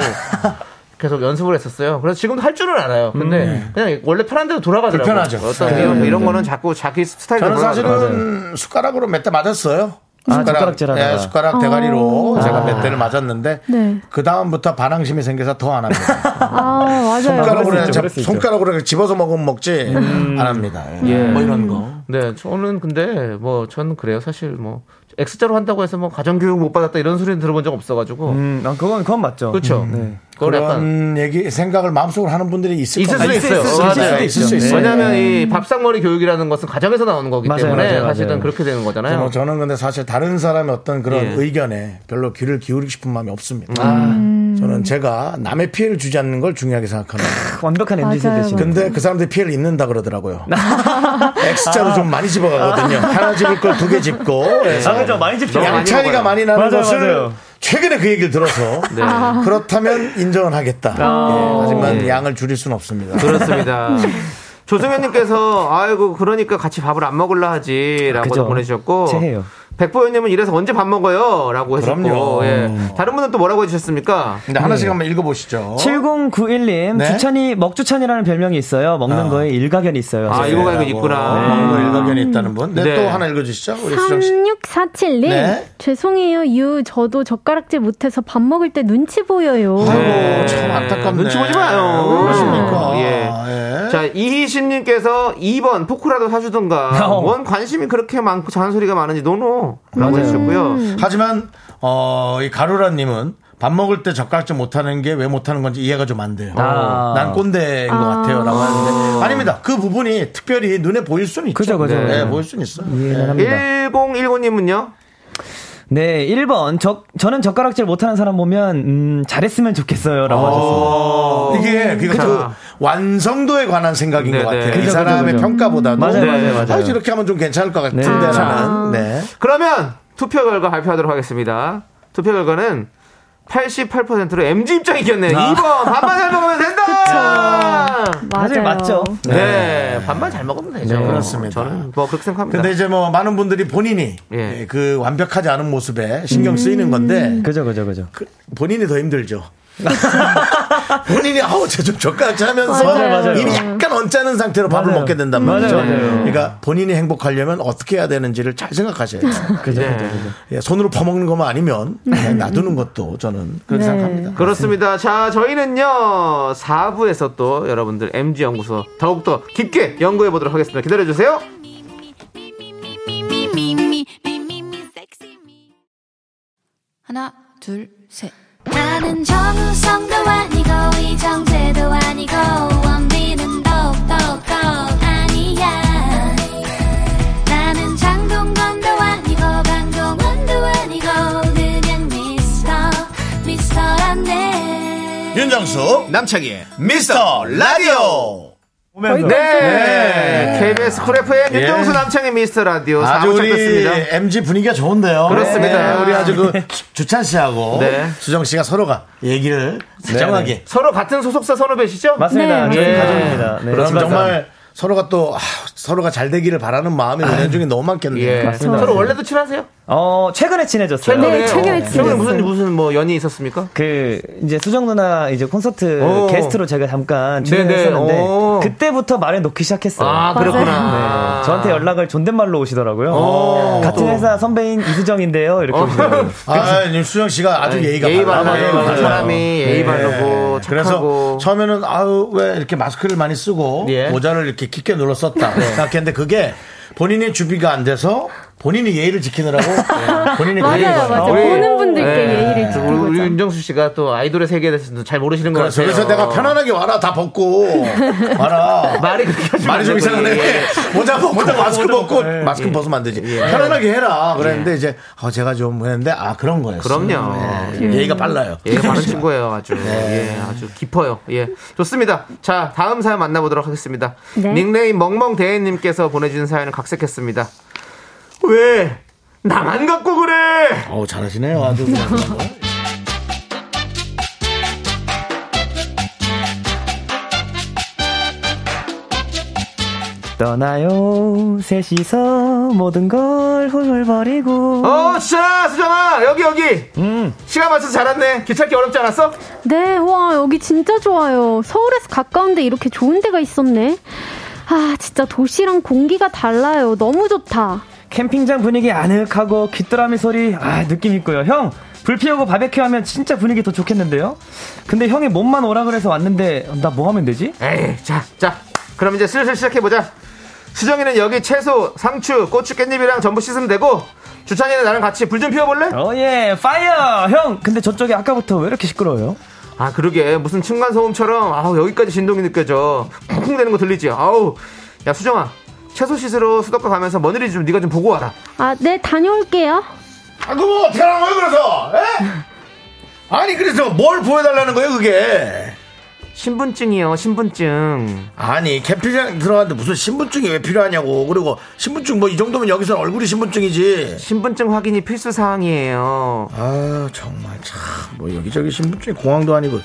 B: 계속 연습을 했었어요. 그래서 지금도 할 줄은 알아요. 근데 그냥 원래 편한 대로 돌아가더라고요.
A: 음. 불편하죠.
B: 어떤
A: 네.
B: 이런, 이런 거는 자꾸 자기 스타일대로
A: 저는
B: 돌아가더라고요.
A: 사실은 숟가락으로 몇 대 맞았어요.
G: 아, 젓가락질하다가. 아.
A: 예, 숟가락 대가리로
H: 어.
A: 제가 몇 대를 맞았는데
H: 네.
A: 그 다음부터 반항심이 생겨서 더 안 합니다.
H: 아, 맞아요.
A: 손가락으로
G: 그럴 수 있죠,
A: 그냥
G: 그럴 수 있죠. 음.
A: 손가락으로 그냥 집어서 먹으면 먹지 안 합니다. 예.
B: 예.
A: 뭐 이런 거.
B: 네, 저는 근데 뭐 저는 그래요. 사실 뭐 X자로 한다고 해서 뭐 가정교육 못 받았다 이런 소리는 들어본 적 없어가지고.
G: 음, 아, 그건 그건 맞죠.
B: 그렇죠. 그걸 약간
A: 음. 네. 그런 얘기 생각을 마음속으로 하는 분들이 있을
B: 있을
A: 겁니다.
B: 수도 있어요.
A: 있을
B: 맞아요.
A: 수도 있어요. 있을 수
G: 네.
A: 있어요.
B: 왜냐하면 이 밥상머리 교육이라는 것은 가정에서 나오는 거기
G: 맞아요,
B: 때문에
G: 맞아요,
B: 사실은
G: 맞아요.
B: 그렇게 되는 거잖아요.
A: 뭐 저는 근데 사실 다른 사람의 어떤 그런
B: 예.
A: 의견에 별로 귀를 기울이고 싶은 마음이 없습니다.
B: 아,
A: 저는 제가 남의 피해를 주지 않는 걸 중요하게 생각합니다.
G: <laughs> 완벽한 MZ
H: 맞아요.
G: 세대신.
A: 근데 그 사람들이 피해를 입는다 그러더라고요.
B: 아.
A: X자로 좀 많이 집어가거든요. 하나 집을 걸 두 개 집고.
B: 네.
G: 아, 그죠. 많이 집죠.
B: 많이
A: 양차이가
B: 먹어요. 네. 아.
A: 많이 나는
G: 맞아요,
A: 것을
G: 맞아요.
A: 최근에 그 얘기를 들어서 그렇다면 인정은 하겠다. 예, 하지만
B: 네.
A: 양을 줄일 수는
G: <laughs>
A: 없습니다.
G: 음.
B: 그렇습니다. 조승현님께서 아이고 그러니까 같이 밥을 안 먹을라 하지라고
G: 그죠.
B: 보내주셨고
G: 체해요.
B: 백보현님은 이래서 언제 밥 먹어요라고
A: 그럼요.
B: 했었고 예. 다른 분은 또 뭐라고 해주셨습니까?
A: 근데 하나씩 한번 읽어보시죠.
G: 7091님
A: 네?
G: 주찬이 먹주찬이라는 별명이 있어요. 먹는 거에 일가견이 있어요.
B: 아 이거 가지고
A: 어,
B: 있구나.
A: 뭔가 일관견이 있다는 분. 네,
B: 네.
A: 또 하나 읽어주시죠. 우리 수정 씨.
H: 3647님.
A: 네.
H: 죄송해요, 유. 저도 젓가락질 못해서 밥 먹을 때 눈치 보여요.
A: 네. 아이고, 참 안타깝네.
B: 눈치 보지 마요.
A: 왜 그러십니까?
B: 예.
A: 예.
B: 자, 이희신님께서 2번 포크라도 사주던가
G: <laughs> 어.
B: 뭔 관심이 그렇게 많고 잔소리가 많은지 노노 라고 해주셨고요.
G: 음.
A: 하지만 어, 이 가루라님은 밥 먹을 때 젓가락질 못하는 게 왜 못하는 건지 이해가 좀 안 돼요.
G: 아.
A: 난 꼰대인 것 같아요라고 하는데 아닙니다. 그 부분이 특별히 눈에 보일 수는 있죠.
G: 그죠, 예. 그죠.
A: 네, 보일 수는 있어요.
G: 이해는 합니다.
B: 1019님은요?
G: 네, 1번. 저, 저는 젓가락질 못하는 사람 보면, 음, 잘했으면 좋겠어요. 라고 하셨습니다.
A: 이게 그
B: 자.
A: 완성도에 관한 생각인
B: 네,
A: 것
B: 네.
A: 같아요. 이
G: 그죠,
A: 사람의
G: 그죠, 그죠.
A: 평가보다도
G: 맞아요,
A: 네.
G: 맞아요, 맞아요.
A: 아, 이렇게 하면 좀 괜찮을 것 같은데
G: 네.
A: 저는 네.
B: 그러면 투표 결과 발표하도록 하겠습니다. 투표 결과는 88%로 MG 입장이 이겼네요. 2번 반만 잘 먹으면 <laughs> 된다.
H: 맞아요.
G: 사실 맞죠.
B: 네. 반만
G: 아,
B: 잘 먹으면 되죠.
A: 네, 그렇습니다.
B: 저는 뭐 그렇게 생각합니다.
A: 근데 이제 뭐 많은 분들이 본인이
B: 예.
A: 예, 그 완벽하지 않은 모습에 신경 쓰이는 건데
G: 그죠, 그죠, 그죠.
A: 그- 본인이
G: <laughs>
A: 더 힘들죠. 본인이 아우 저좀 젓가락질 하면서
H: 맞아요, 맞아요.
A: 이미 약간 언짢은 상태로 밥을
G: 맞아요.
A: 먹게 된단 말이죠.
G: 맞아요, 맞아요.
A: 그러니까 본인이 행복하려면 어떻게 해야 되는지를 잘
G: <laughs>
A: 생각하셔야 돼요.
G: 그죠,
B: 네.
G: 그죠, 그죠.
A: 예, 손으로 퍼먹는 것만 아니면
G: 음.
A: 그냥 놔두는 것도 저는 그렇게
H: 네.
A: 생각합니다.
B: 그렇습니다. 자, 저희는요, 4부에서 또 여러분들 MG연구소 더욱더 깊게 연구해 보도록 하겠습니다. 기다려주세요.
D: Me, me, me, me, me, me, sexy me.
I: 하나, 둘, 셋.
D: 나는 정우성도 아니고 이정재도 아니고 원빈은 더욱더 아니야 나는 장동건도 아니고 강동원도 아니고 그냥 미스터 미스터란데
F: 윤정수 남창희의 미스터 라디오
B: 네. KBS 쿨 FM 윤정수
A: 예.
B: 남창의 미스터 라디오
A: 아주
B: 4부
A: 우리
B: 시작됐습니다.
A: MG 분위기가 좋은데요.
B: 그렇습니다.
A: 네, 우리 아주 그 주- 주찬 씨하고
B: 네.
A: 수정 씨가 서로가 얘기를 다정하게.
B: 서로 같은 소속사 선후배시죠?
G: 맞습니다. 네, 저희 맞습니다. 가족입니다. 네,
A: 그럼
G: 집안사.
A: 정말 서로가 또 아, 서로가 잘 되기를 바라는 마음이 은연 중에 너무 많겠네요.
B: 예. 맞습니다. 서로 원래도 친하세요?
G: 어 네, 최근에 친해졌어요.
B: 네, 최근에 무슨 무슨 뭐 연이 있었습니까?
G: 그 이제 수정 누나 이제 콘서트
B: 오.
G: 게스트로 제가 잠깐
B: 네네.
G: 출연했었는데
B: 오.
G: 그때부터 말해 놓기 시작했어요.
B: 아, 그렇구나. 맞아요.
G: 네, 저한테 연락을 존댓말로 오시더라고요.
A: 오.
G: 같은 회사 선배인 이수정인데요.
B: 어.
G: 이렇게 오시더라고요.
A: 아, 님 수영 씨가 아주
G: 아니,
A: 예의가
G: 예의
A: 바르다.
G: 바르네요.
A: 맞아요. 네.
G: 사람이 예의 바르고
A: 그래서 처음에는 아우 왜 이렇게 마스크를 많이 쓰고
B: 예.
A: 모자를 이렇게 깊게 눌러 썼다 생각했는데 그게 본인의 주비가 안 돼서 본인이 예의를 지키느라고 본인의
B: 맞아요,
A: 예의가
B: 맞아요.
A: 없고.
B: 보는 분들께
A: 네.
B: 예의를 우리, 우리 윤정수 씨가 또 아이돌의 세계에 대해서도 잘 모르시는 것
A: 그렇죠. 그래서,
B: 같아요.
A: 그래서 내가 편안하게 와라 다
B: <laughs>
A: 벗고 와라
B: 말이 그렇게 하시면
A: 말이 좀
B: 안 되고,
A: 이상하네
B: 예.
A: 모자 벗고
B: 모자
A: 마스크
B: 벗고,
A: 벗고
B: 예.
A: 마스크
B: 예.
A: 벗으면 안 되지
B: 예.
A: 편안하게 해라 그랬는데 이제 어, 제가 좀 했는데 아 그런 거였어요
B: 그럼요.
A: 예. 예의가 빨라요
B: 예의가
A: <laughs>
B: 빠른 친구예요, 아주.
A: 네.
B: 예, 아주 깊어요. 예. 좋습니다. 자, 다음 사연 만나보도록 하겠습니다.
J: 네.
B: 닉네임 멍멍대인님께서 보내주신 사연을 각색했습니다. 왜? 나만 갖고 그래!
A: 어 잘하시네요 아주
G: 떠나요 셋이서 모든 걸 훌훌버리고
B: 어, 자, 수정아! 여기, 여기! 시간 맞춰서 잘 왔네. 귀찮게 어렵지 않았어?
H: 네, 와, 여기 진짜 좋아요. 서울에서 가까운데 이렇게 좋은 데가 있었네. 아, 진짜 도시랑 공기가 달라요. 너무 좋다.
G: 캠핑장 분위기 아늑하고 귀뚜라미 소리 아 느낌 있고요 형 불 피우고 바베큐 하면 진짜 분위기 더 좋겠는데요 근데 형이 몸만 오라 그래서 왔는데 나 뭐 하면 되지?
B: 에이 자 자 그럼 이제 슬슬 시작해보자 수정이는 여기 채소, 상추, 고추, 깻잎이랑 전부 씻으면 되고 주찬이는 나랑 같이 불 좀 피워볼래?
G: 어예 파이어 형 근데 저쪽에 아까부터 왜 이렇게 시끄러워요?
B: 아 그러게 무슨 층간소음처럼 아우 여기까지 진동이 느껴져 쿵쿵 되는 거 들리지? 아우 야 수정아 채소 씻으러 수도가 가면서 먼 일이 좀 네가 좀 보고 와라
H: 아, 네, 다녀올게요.
A: 아, 그거 뭐 어떻게 하라는 거예요, 그래서? 아니, 그래서 뭘 보여달라는 거예요, 그게?
B: 신분증이요, 신분증.
A: 아니, 캠핑장 들어갔는데 무슨 신분증이 왜 필요하냐고. 그리고 신분증 뭐 이 정도면 여기서 얼굴이 신분증이지.
B: 신분증 확인이 필수 사항이에요
A: 아, 정말 참. 뭐 여기저기 신분증이 공항도 아니고.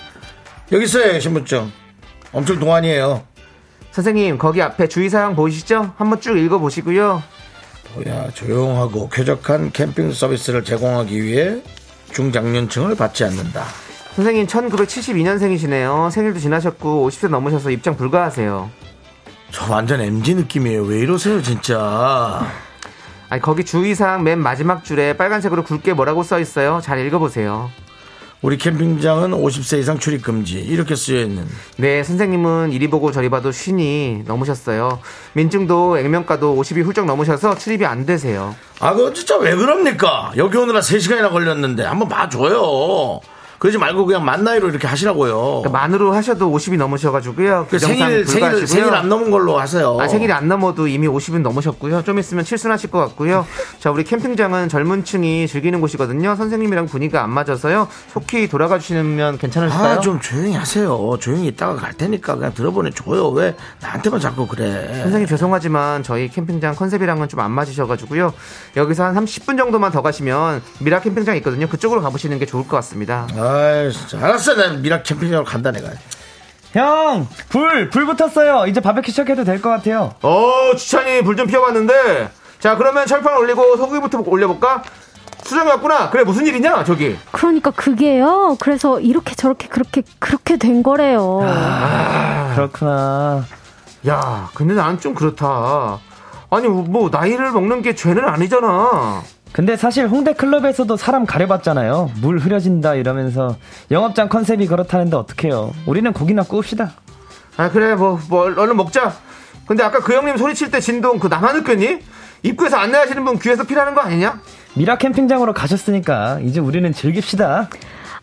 A: 여기 있어요, 신분증. 엄청 동안이에요.
B: 선생님 거기 앞에 주의사항 보이시죠? 한번 쭉 읽어보시고요
A: 뭐야, 조용하고 쾌적한 캠핑 서비스를 제공하기 위해 중장년층을 받지 않는다.
B: 선생님 1972년생이시네요. 생일도 지나셨고 50세 넘으셔서 입장 불가하세요.
A: 저 완전 MG 느낌이에요. 왜 이러세요, 진짜.
B: 아니 거기 주의사항 맨 마지막 줄에 빨간색으로 굵게 뭐라고 써 있어요. 잘 읽어보세요.
A: 우리 캠핑장은 50세 이상 출입 금지 이렇게 쓰여 있는
B: 네, 선생님은 이리 보고 저리 봐도 쉰이 넘으셨어요. 민증도 액면가도 50이 훌쩍 넘으셔서 출입이 안 되세요.
A: 아 그거 진짜 왜 그럽니까 여기 오느라 3시간이나 걸렸는데 한번 봐줘요 그러지 말고 그냥 만 나이로 이렇게 하시라고요
B: 만으로 하셔도 50이 넘으셔가지고요.
A: 그
B: 규정상
A: 어. 생일, 생일,
B: 그러니까 불가하시고요.
A: 생일 안 넘은 걸로 하세요
B: 아, 생일이 안 넘어도 이미 50은 넘으셨고요. 좀 있으면 칠순하실 것 같고요. 자, 우리 캠핑장은 젊은 층이 즐기는 곳이거든요. 선생님이랑 분위기가 안 맞아서요. 속히 돌아가 주시면 괜찮으실까요?
A: 아, 좀 조용히 하세요 조용히 있다가 갈 테니까 그냥 들어보내줘요 왜 나한테만 자꾸 그래
B: 선생님 죄송하지만 저희 캠핑장 컨셉이랑은 좀 안 맞으셔가지고요. 여기서 한 30분 정도만 더 가시면 미라 캠핑장 있거든요. 그쪽으로 가보시는 게 좋을 것 같습니다.
A: 아 진짜 알았어 난 미라 캠핑장으로 간다 내가
G: 형 불! 불 붙었어요 이제 바베큐 시작해도 될 것 같아요
B: 어, 주찬이 불 좀 피워봤는데. 자, 그러면 철판 올리고 소고기부터 올려볼까? 수정이 왔구나. 그래, 무슨 일이냐, 저기.
H: 그러니까 그게요. 그래서 이렇게 저렇게 그렇게 그렇게 된 거래요.
A: 아.
G: 그렇구나.
B: 야, 근데 난 좀 그렇다. 아니, 뭐, 나이를 먹는 게 죄는 아니잖아.
G: 근데 사실 홍대 클럽에서도 사람 가려봤잖아요 물 흐려진다 이러면서 영업장 컨셉이 그렇다는데 어떡해요 우리는 고기나 구웁시다
B: 아, 그래, 뭐, 뭐, 얼른 먹자. 근데 아까 그 형님 소리칠 때 진동, 그 나만 느꼈니? 입구에서 안내하시는 분 귀에서 피라는 거 아니냐?
G: 미라 캠핑장으로 가셨으니까 이제 우리는 즐깁시다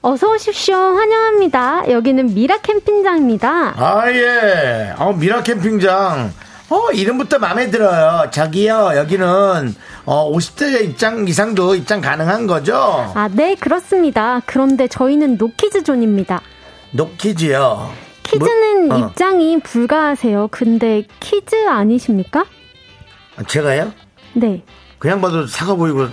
H: 어서 오십시오. 환영합니다. 여기는 미라 캠핑장입니다.
A: 아, 아예 어, 미라 캠핑장 어 이름부터 마음에 들어요 저기요 여기는 어, 50대 입장 이상도 입장 가능한 거죠
H: 아, 네, 그렇습니다. 그런데 저희는 노키즈 존입니다.
A: 노키즈요.
H: 퀴즈는
A: 뭐? 어.
H: 입장이 불가하세요. 근데 키즈 아니십니까?
A: 제가요?
H: 네.
A: 그냥 봐도 사가 보이고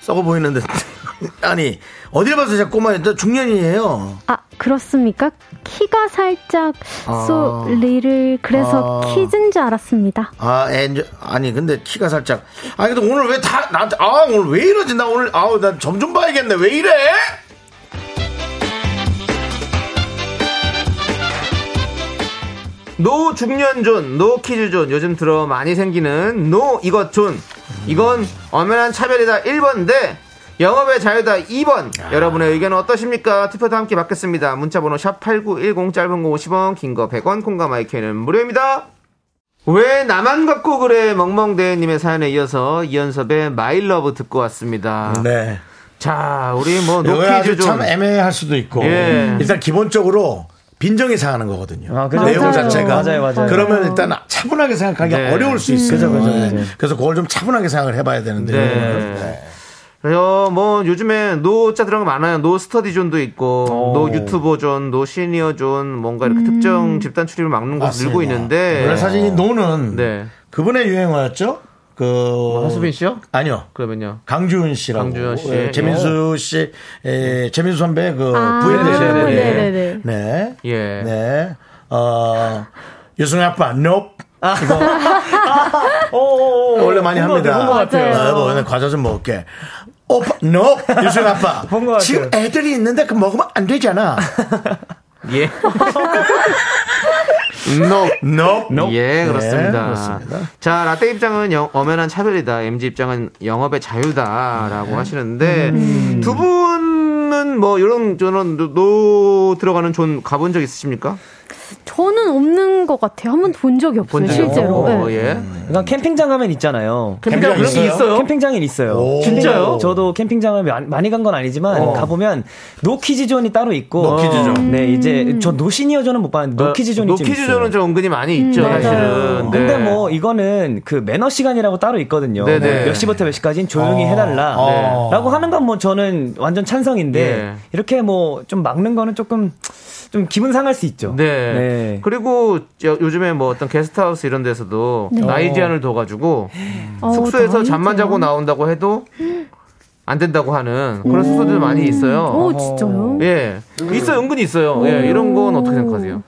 A: 썩어 보이는데 <laughs> 아니 어딜 봐서 제가 꼬마예요? 나 중년이에요.
H: 아 그렇습니까? 키가 살짝
A: 아.
H: 쏠 리를 그래서
A: 아.
H: 키즈인 줄 알았습니다.
A: 아, 엔저, 아니 근데 키가 살짝. 아니 근데 오늘 왜 다 나한테 아 오늘 왜 이러지? 나 오늘 아우 나 점 좀 봐야겠네. 왜 이래?
B: 노 중년존, 노 키즈존, 요즘 들어 많이 생기는 노 이것존. 이건 엄연한 차별이다 1번인데, 영업의 자유다 2번. 여러분의 의견은 어떠십니까? 투표도 함께 받겠습니다. 문자번호 샵8910, 짧은 거 50원, 긴 거 100원, 콩과 마이크는 무료입니다. 왜 나만 갖고 그래 멍멍대님의 사연에 이어서 이연섭의 마일러브 듣고 왔습니다.
A: 네.
B: 자, 우리 뭐
A: 이거 아주
B: 노키즈존.
A: 참 애매할 수도 있고
B: 예.
A: 일단 기본적으로 빈정이 상하는 거거든요.
G: 그죠.
A: 내용
G: 맞아요.
A: 자체가
G: 맞아요, 맞아요.
A: 그러면 일단 차분하게 생각하기 가
B: 네.
A: 어려울 수
B: 음.
A: 있어요.
B: 그죠, 그죠,
A: 네.
B: 그죠.
A: 그래서 그걸 좀 차분하게 생각을 해봐야 되는데.
B: 네. 그래서 뭐 요즘에 노자 들어간 거 많아요. 노 스터디존도 있고, 노 유튜버존, 노 시니어존, 뭔가 이렇게
H: 음.
B: 특정 집단 출입을 막는 곳 늘고 있는데.
A: 원래 사실 이 노는
B: 네.
A: 그분의 유행어였죠. 그
G: 뭐,
B: 하수빈 씨요?
A: 아니요.
B: 그러면요.
A: 강주은 씨라고.
B: 강주은 씨.
A: 예, 재민수 씨, 예, 재민수 선배 그
H: 아,
A: 부인 되시는
H: 네네네.
A: 분이.
H: 네네네.
A: 네.
B: 예.
A: 네. 어, 유승희 아빠, nope. 이거 원래 많이
G: 본것
A: 합니다.
G: 같아요, 본것 같아요.
A: 아, 여보, 오늘 과자 좀 먹을게. 오빠, nope. 유승희 아빠.
G: 본것 같아요.
A: 지금 애들이 있는데 그 먹으면 안 되잖아.
B: <laughs> 예. 노.
A: nope.
B: 예, 그렇습니다.
A: 네, 그렇습니다.
B: 자, 라떼 입장은 영- 엄연한 차별이다. MG 입장은 영업의 자유다라고 하시는데 두 분은 뭐 이런 저런 노- 노 들어가는 존 가본 적 있으십니까?
H: 저는 없는 것 같아요. 한 번도 본 적이 없어요.
B: 본 적이
H: 실제로.
B: 없고,
H: 네.
B: 예.
G: 그러니까 캠핑장 가면 있잖아요.
B: 캠핑장 그런 게 있어요?
G: 캠핑장이 있어요.
A: 오.
B: 진짜요?
G: 저도 캠핑장을 마- 많이 간 건 아니지만
B: 어.
G: 가보면 노키즈존이 따로 있고
A: 노키즈존.
G: 네 이제 저 노시니어존은 못 봤는데 노키즈존이 좀
B: 노키즈존은
G: 있어요.
B: 좀 은근히 많이 있죠,
H: 음, 맞아요.
B: 사실은. 네.
G: 근데 뭐 이거는 그 매너 시간이라고 따로 있거든요. 뭐
B: 네네.
G: 몇 시부터 몇 시까지는 조용히
A: 어.
G: 해달라.
A: 어.
G: 라고 하는 건 뭐 저는 완전 찬성인데
B: 예.
G: 이렇게 뭐 좀 막는 거는 조금 좀 기분 상할 수 있죠.
B: 네. 그리고 저- 요즘에 뭐 어떤 게스트하우스 이런 데서도
H: 네.
B: 나이 제한을 둬가지고
H: 어,
B: 숙소에서
H: 나이제요.
B: 잠만 자고 나온다고 해도 안 된다고 하는 그런 숙소들 많이 있어요.
H: 오, 진짜요?
B: 예. 있어요. 은근히 있어요. 예. 이런 건 어떻게 생각하세요?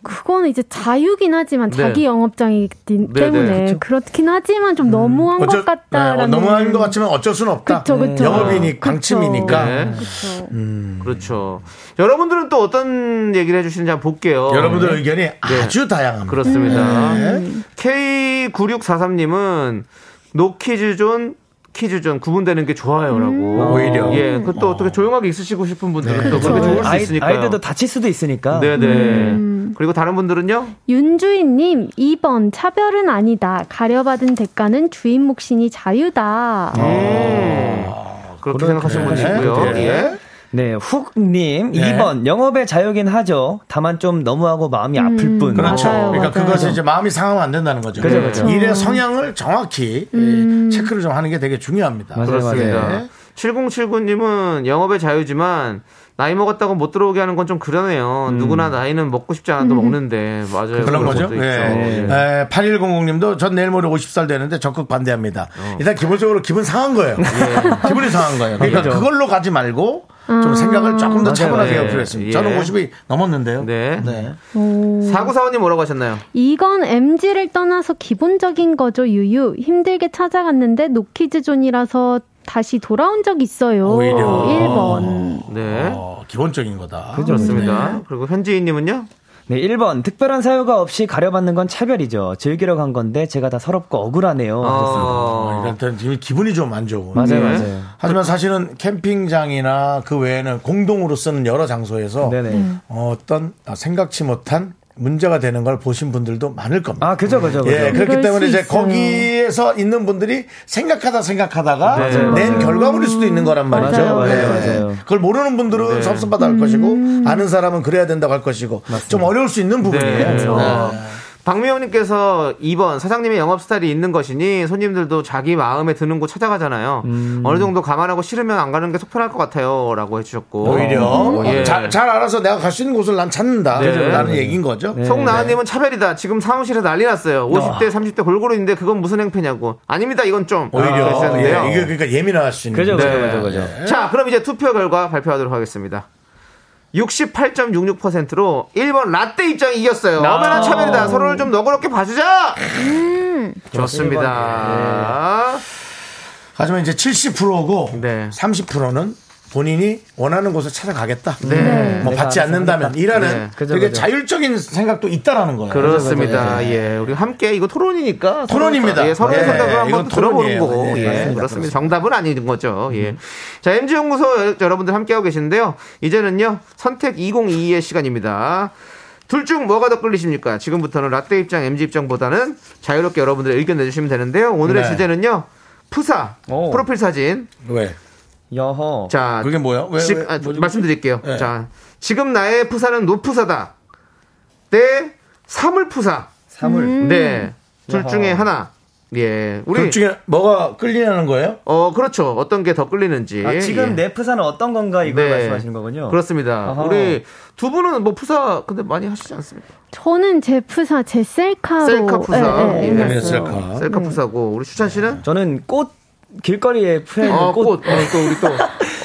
H: 그거는 이제 자유긴 하지만
B: 네.
H: 자기 영업장이기
A: 네,
H: 때문에
B: 그쵸.
H: 그렇긴 하지만 좀 너무한
A: 어쩔-
H: 것 같다라는.
A: 네, 너무한 것 같지만 어쩔 수는 없다.
H: 그쵸, 그쵸.
A: 음. 영업이니
H: 그쵸.
A: 강침이니까. 음.
B: 네.
H: 그쵸.
B: 그렇죠. 여러분들은 또 어떤 얘기를 해주시는지 한번 볼게요. 네.
A: 여러분들 음. 의견이 아주 다양합니다. 네.
B: 그렇습니다. K9643님은 노키즈존 키즈존 구분되는 게 좋아요라고.
A: 오히려.
B: 예, 그 또 어떻게 조용하게 있으시고 싶은 분들은
A: 네.
B: 또 그렇게 좋을 수
G: 그렇죠. 아이,
B: 있으니까요.
G: 아이들도 다칠 수도 있으니까.
B: 네네. 그리고 다른 분들은요?
H: 윤주인님 2번 차별은 아니다. 가려받은 대가는 주인 몫이니 자유다.
A: 어.
B: 그렇게 생각하시는 분도 있고요.
A: 네.
B: 예.
G: 네, 훅님
A: 네.
G: 2번 영업의 자유긴 하죠. 다만 좀 너무하고 마음이 아플 뿐.
A: 그렇죠.
H: 맞아요,
A: 그러니까
H: 맞아요.
A: 그것은 이제 마음이 상하면 안 된다는 거죠.
G: 그죠, 그죠.
A: 일의 성향을 정확히 예, 체크를 좀 하는 게 되게 중요합니다.
G: 맞아요,
B: 그렇습니다.
A: 맞아요.
B: 7079님은 영업의 자유지만 나이 먹었다고 못 들어오게 하는 건 좀 그러네요. 누구나 나이는 먹고 싶지 않아도 먹는데 맞아요.
A: 그런 거죠.
B: 것도
A: 예.
B: 있죠. 예.
A: 예, 8100님도 전 내일 모레 50살 되는데 적극 반대합니다. 일단 기본적으로 기분 상한 거예요. <laughs> 기분이 상한 거예요. 그러니까
G: 그죠.
A: 그걸로 가지 말고 좀 생각을 조금 더 차분하게
B: 예.
A: 해필요했습니다
B: 예.
A: 저는 50이 넘었는데요.
B: 네.
A: 네.
B: 사구사원님 뭐라고 하셨나요?
H: 이건 MG를 떠나서 기본적인 거죠, 유유. 힘들게 찾아갔는데 노키즈존이라서 다시 돌아온 적 있어요.
A: 오히려.
H: 1번.
B: 네.
A: 어, 기본적인 거다.
B: 그렇습니다. 그리고 현지인님은요?
G: 네, 1번 특별한 사유가 없이 가려받는 건 차별이죠. 즐기러 간 건데 제가 다 서럽고 억울하네요. 하셨습니다.
A: 어,
B: 어,
A: 일단 지금 기분이 좀 안 좋은.
G: 맞아요,
B: 네.
G: 맞아요.
A: 하지만 사실은 캠핑장이나 그 외에는 공동으로 쓰는 여러 장소에서
G: 네네.
A: 어떤 생각치 못한 문제가 되는 걸 보신 분들도 많을 겁니다.
G: 아, 그죠, 그죠, 그죠.
A: 예, 그렇기
H: 그럴
A: 때문에
H: 수
A: 이제
H: 있어요.
A: 거기에서 있는 분들이 생각하다 생각하다가
B: 맞아요,
A: 낸
G: 네, 맞아요.
A: 결과물일 수도 있는 거란 말이죠.
G: 맞아요, 맞아요,
A: 예.
G: 맞아요. 네.
A: 그걸 모르는 분들은
H: 음.
G: 그렇죠.
A: 섭섭하다 할 것이고 아는 사람은 그래야 된다고 할 것이고 좀 어려울 수 있는 부분이에요.
B: 네.
A: 네.
B: 어. 박미영님께서 2번 사장님의 영업 스타일이 있는 것이니 손님들도 자기 마음에 드는 곳 찾아가잖아요.
A: 음.
B: 어느 정도 감안하고 싫으면 안 가는 게 속편할 것 같아요라고 해주셨고
G: 어,
A: 오히려
B: 예.
A: 잘, 잘 알아서 내가 갈 수 있는 곳을 난 찾는다.
B: 네.
A: 라는
B: 네.
A: 얘기인 거죠. 네.
B: 송나은님은 차별이다. 지금 사무실에 난리 났어요. 50대, 30대 골고루 있는데 그건 무슨 행패냐고. 아닙니다. 이건 좀.
A: 아. 오히려,
B: 그러셨는데요.
A: 예, 이게 그러니까 예민할 수 있는
B: 그죠,
A: 거죠.
B: 그죠,
A: 네.
B: 그죠, 그죠. 자, 그럼 이제 투표 결과 발표하도록 하겠습니다. 68.66%로 1번 라떼 입장이 이겼어요.
C: 아.
B: 어마나 차별이다. 서로를 좀 너그럽게 봐주자!
A: 좋습니다.
B: 네.
A: 하지만 이제 70%고 30%는 본인이 원하는 곳을 찾아가겠다.
B: 네.
A: 뭐
B: 내가
A: 받지
B: 알아서
A: 않는다면
B: 하겠다.
A: 이라는
B: 네. 그죠,
A: 되게
B: 그죠.
A: 자율적인 생각도 있다라는 거예요.
B: 네,
A: 네.
B: 그렇습니다. 예. 우리 함께 이거 토론이니까.
A: 토론입니다.
B: 서로, 예, 서로의
A: 예,
B: 생각을 한번
A: 이건
B: 들어보는
A: 토론이에요. 예,
B: 거고. 예,
A: 맞습니다. 음.
B: 그렇습니다. 정답은 아닌 거죠. 예. 자, MG연구소 여러분들 함께하고 계신데요. 이제는요, 선택 2022의 시간입니다. 둘 중 뭐가 더 끌리십니까? 지금부터는 라떼 입장, MG 입장보다는 자유롭게 여러분들의 의견 내주시면 되는데요. 오늘의
A: 네.
B: 주제는요, 푸사, 프로필 사진,
A: 왜?
G: 여허.
B: 자,
A: 어, 그게 뭐야? 왜,
B: 지-
A: 왜,
B: 아,
A: 뭐지?
B: 말씀드릴게요.
A: 예.
B: 자, 지금 나의 푸사는 노푸사다. 네, 사물푸사.
A: 사물. 음.
B: 네, 둘
A: 야하.
B: 중에 하나. 예, 우리
A: 둘 중에 뭐가 끌리냐는 거예요?
B: 어, 그렇죠. 어떤 게 더 끌리는지.
G: 아, 지금
B: 예.
G: 내 프사는 어떤 건가 이걸
B: 네.
G: 말씀하시는 거군요.
B: 그렇습니다.
G: 아하.
B: 우리 두 분은 뭐 푸사 근데 많이 하시지 않습니까?
H: 저는 제 푸사, 제 셀카로.
B: 셀카 푸사.
H: 예, 네. 예,
B: 예,
A: 네.
H: 해놨어요.
B: 셀카. 셀카 푸사고 우리 추찬 씨는
G: 저는 꽃 길거리에 풀려 있는
B: 어,
G: 네. 꽃.
B: 꽃. 어, 또 우리 또 <laughs>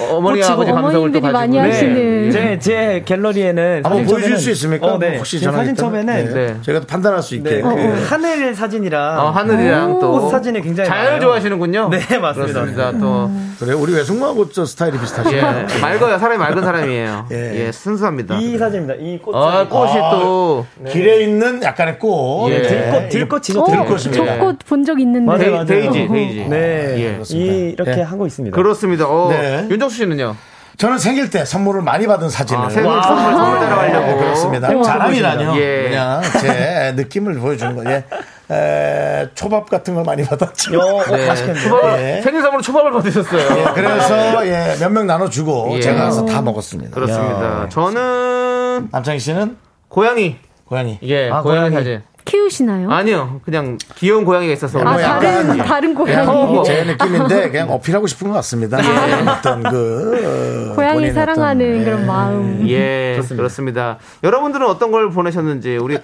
B: 어머니
G: 꽃이고.
B: 아버지 감성을 또
H: 어머님들이
B: 가지고. 예.
H: 많이 하시는.
G: 네. 제, 제 갤러리에
A: 한번 보여줄 수 있습니까? 뭐
G: 어, 네.
A: 혹시 네.
G: 제 사진 첩에는
A: 저희가 또 판단할 수 있게.
G: 네, 그
A: 예.
G: 하늘 사진이랑
B: 어, 하늘이랑 또
G: 꽃 사진이 굉장히
B: 자연을
G: 많아요.
B: 좋아하시는군요.
G: 네 맞습니다. 네.
B: 그렇습니다. 또
A: 그래 우리 외숙모하고 저 스타일이 비슷하시네요.
B: 예, 맑아요. 사람이 맑은 사람이에요. 예, 순수합니다.
G: 이 사진입니다. 이 꽃.
B: 아,
G: 사진.
B: 꽃이
A: 아,
B: 또
A: 길에 있는 약간의 꽃. 네.
B: 예. 들꽃,
G: 네, 들꽃이죠,
H: 어,
A: 들꽃입니다.
H: 저 꽃 본 적 있는데.
B: 맞아요, 맞아요. 데이지, 데이지.
G: 네.
B: 예, 그렇습니다.
G: 이, 이렇게
A: 예.
G: 하고 있습니다.
B: 그렇습니다. 어,
A: 네.
B: 윤정수 씨는요?
A: 저는 생일 때 선물을 많이 받은 사진을.
B: 아, 생일 선물, 선물 따라가려고.
A: 예, 그렇습니다.
B: 우와.
A: 자랑이라뇨.
B: 예.
A: 그냥 제 느낌을 보여주는 거예요. 에, 초밥 같은 걸 많이 받았죠.
G: 네. 맛있겠네요.
B: 초밥을,
A: 예.
B: 생일 선물로 초밥을 받으셨어요.
A: 예, 그래서 예, 몇 명 나눠주고
B: 예.
A: 제가 가서 다 먹었습니다.
B: 그렇습니다.
A: 야.
B: 저는
A: 남창희 씨는
B: 고양이.
A: 고양이.
B: 예,
A: 아,
B: 고양이,
A: 고양이.
B: 사진.
H: 키우시나요?
B: 아니요, 그냥 귀여운 고양이가 있어서.
A: 뭐
H: 아, 다른, 다른
A: 그냥
H: 고양이.
A: 어, 제 느낌인데 그냥 어필하고 싶은 것 같습니다. 예, 어떤 그 어,
H: 고양이
A: 본인
H: 사랑하는 네.
A: 어떤,
H: 그런 마음.
B: 예, 그렇습니다. 여러분들은 어떤 걸 보내셨는지 우리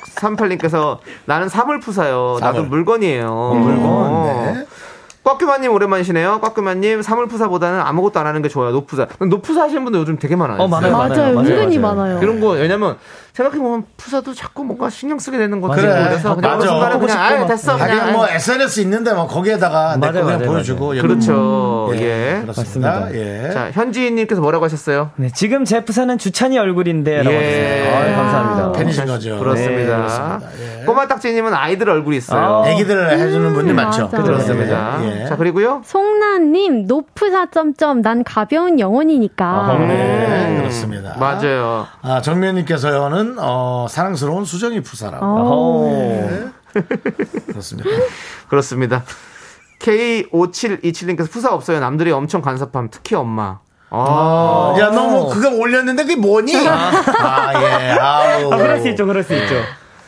B: 0538님께서 나는 사물푸사요. 나도
A: 사물.
B: 물건이에요. 물건. 꽉규만님 오랜만이시네요. 꽉규만님 사물푸사보다는 아무것도 안 하는 게 좋아요. 노푸사. 노푸사 하시는 분들 요즘 되게 많아요.
G: 어, 많아요,
H: 맞아요. 맞아요. 은근히 많아요.
B: 이런 거 왜냐면 생각해 보면 푸사도 자꾸 뭔가 신경 쓰게 되는 것 같아요.
A: 그래.
B: 그래서 그냥 어느
A: 맞아.
B: 순간에 그냥 아 됐어
A: 자기가
B: 그냥
A: 뭐
B: 아이.
A: SNS 있는데 뭐 거기에다가 내 거
G: 맞아요,
A: 그냥
G: 맞아요,
A: 보여주고
G: 맞아요.
A: 예,
B: 그렇죠.
A: 예,
B: 예.
A: 그렇습니다.
G: 맞습니다.
A: 예.
B: 자 현지인님께서 뭐라고 하셨어요?
G: 네, 지금 제 프사는 주찬이 얼굴인데 라고
B: 예.
G: 하셨어요. 아유, 감사합니다.
A: 팬이신 거죠.
B: 그렇습니다.
A: 네, 그렇습니다.
B: 꼬마딱지님은 아이들 얼굴이 있어요.
G: 아,
A: 애기들 해주는 분이 많죠.
H: 맞아요.
B: 그렇습니다.
A: 예, 예.
B: 자 그리고요.
H: 송나님, 노프사 점점 난 가벼운
G: 아,
H: 영혼이니까.
B: 아,
A: 네, 그렇습니다.
B: 음, 맞아요.
A: 아, 정면님께서는 어, 사랑스러운 수정이 푸사라고.
G: 어.
A: 그렇습니다.
B: 그렇습니다. K5727님께서 푸사 없어요. 남들이 엄청 간섭함. 특히 엄마. 아,
A: 야, 너 뭐 그거 올렸는데 그게 뭐니? 아, 예. 아우.
G: 아, 그럴 수 있죠, 그럴 수
B: 어.
G: 있죠.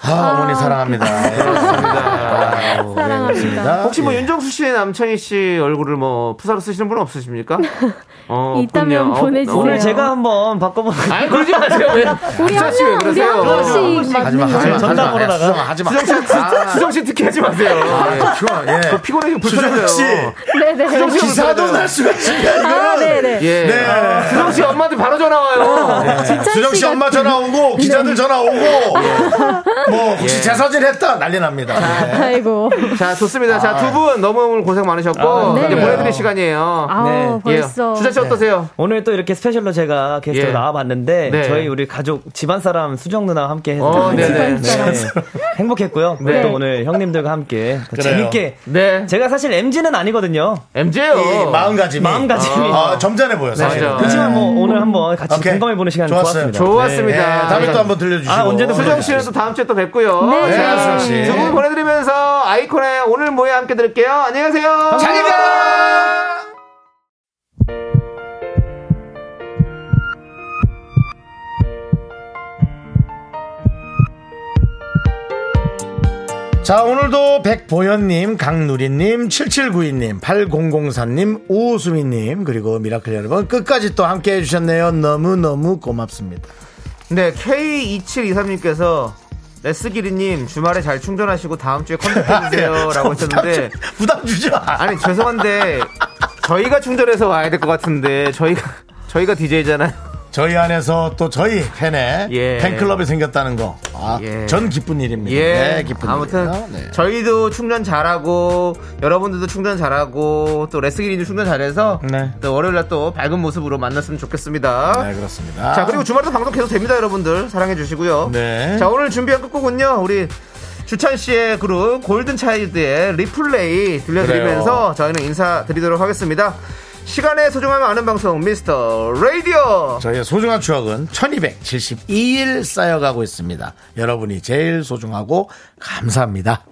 A: 아, 어머니 사랑합니다. 그렇습니다. 아우, 예.
H: 사랑합니다.
B: 혹시 뭐 윤정수 씨, 남창희 씨 얼굴을 뭐 푸사로 쓰시는 분은 없으십니까? 어,
H: <laughs> 있다면
B: 없군요. 어,
H: 보내주세요.
B: 어,
G: 오늘
H: 그래요?
G: 제가 한번 바꿔보는
B: 아니 그러지 마세요. 왜?
H: 우리 한
B: 수정 씨왜
H: 명, 우리 한 명씩
A: 하지마, 하지마,
H: 맞는 거죠.
A: 하지마.
G: 전담으로다가.
A: 수정아, 하지마.
B: 수정 씨, 수- 수정 씨 특히 하지 마세요.
A: 좋아, 예.
B: 저 피곤해서 불편해요.
A: 수정 씨.
H: 네네.
A: 기사도 날 수가 있습니다.
H: 아,
A: 이거는.
H: 네네.
B: 예.
A: 네. 예.
B: 수정 씨 엄마한테 바로 전화 와요.
H: 아, 진짜
A: 수정 씨
H: 씨가 그 네. 예.
A: 엄마 전화 오고 기자들 전화 오고 뭐 혹시
B: 예.
A: 제 사진 했다 난리 납니다. 네.
H: 아이고.
B: 자 좋습니다. 자 두 분 너무 오늘 고생 많으셨고
G: 아,
H: 네.
B: 이제
H: 네.
B: 보내드릴 시간이에요.
H: 아우,
G: 네.
H: 벌써.
B: 예. 주자 씨 어떠세요?
G: 오늘 또 이렇게 스페셜로 제가 게스트로
B: 예.
G: 나와봤는데
B: 네.
G: 저희 우리 가족 집안 사람 수정 누나와 함께 해서
B: 어,
G: 네.
B: 네네.
G: <laughs> 행복했고요.
B: 네.
G: 또 오늘 형님들과 함께 더
A: 그래요.
G: 재밌게
B: 네.
G: 제가 사실 MG는 아니거든요.
A: 이
B: MJ요.
A: 마음가짐이
G: 마음가짐이.
A: 아, 점잖해 보여 예. 사실.
B: 맞아.
G: 그렇지만 뭐 오늘 한번 같이
A: 오케이.
G: 공감해 보는 시간
A: 좋았어요.
G: 좋았습니다.
B: 좋았습니다.
A: 예, 네. 다음에 또 한번 들려주시고. 예.
G: 아, 언제든
B: 네, 수정 씨는 또 다음 주에 또 뵙고요.
H: 네.
A: 네, 수정 씨.
B: 두 분 보내드리면서 아이콘의 오늘 모에 함께 들을게요. 안녕하세요.
A: 장입니다. 자, 오늘도 백보현님, 강누리님, 7792님, 8004님, 오수민님, 그리고 미라클 여러분 끝까지 또 함께 해주셨네요. 너무너무 고맙습니다.
B: 네, K2723님께서 레스기리님 주말에 잘 충전하시고 다음 주에
A: 아, 네.
B: 컨택해주세요 라고 하셨는데
A: 부담 주지 마
B: 아니 죄송한데 저희가 충전해서 와야 될 것 같은데 저희가 저희가 DJ잖아요
A: 저희 안에서 또 저희 팬의
B: 예.
A: 팬클럽이 생겼다는 거. 아,
B: 예.
A: 전 기쁜 일입니다.
B: 예,
A: 네, 기쁜
B: 아무튼
A: 일이에요. 네.
B: 저희도 충전 잘하고 여러분들도 충전 잘하고 또 레스기리도 충전 잘해서 또 월요일날 또 밝은 모습으로 만났으면 좋겠습니다.
A: 네, 그렇습니다.
B: 자 그리고 주말에도 방송 계속 됩니다, 여러분들 사랑해 주시고요.
A: 네.
B: 자 오늘 준비한 끝곡은요, 우리 주찬 씨의 그룹 골든 차일드의 리플레이 들려드리면서
A: 그래요.
B: 저희는 인사드리도록 하겠습니다. 시간의 소중함을 아는 방송 미스터 라디오.
A: 저희의 소중한 추억은 1272일 쌓여가고 있습니다. 여러분이 제일 소중하고 감사합니다.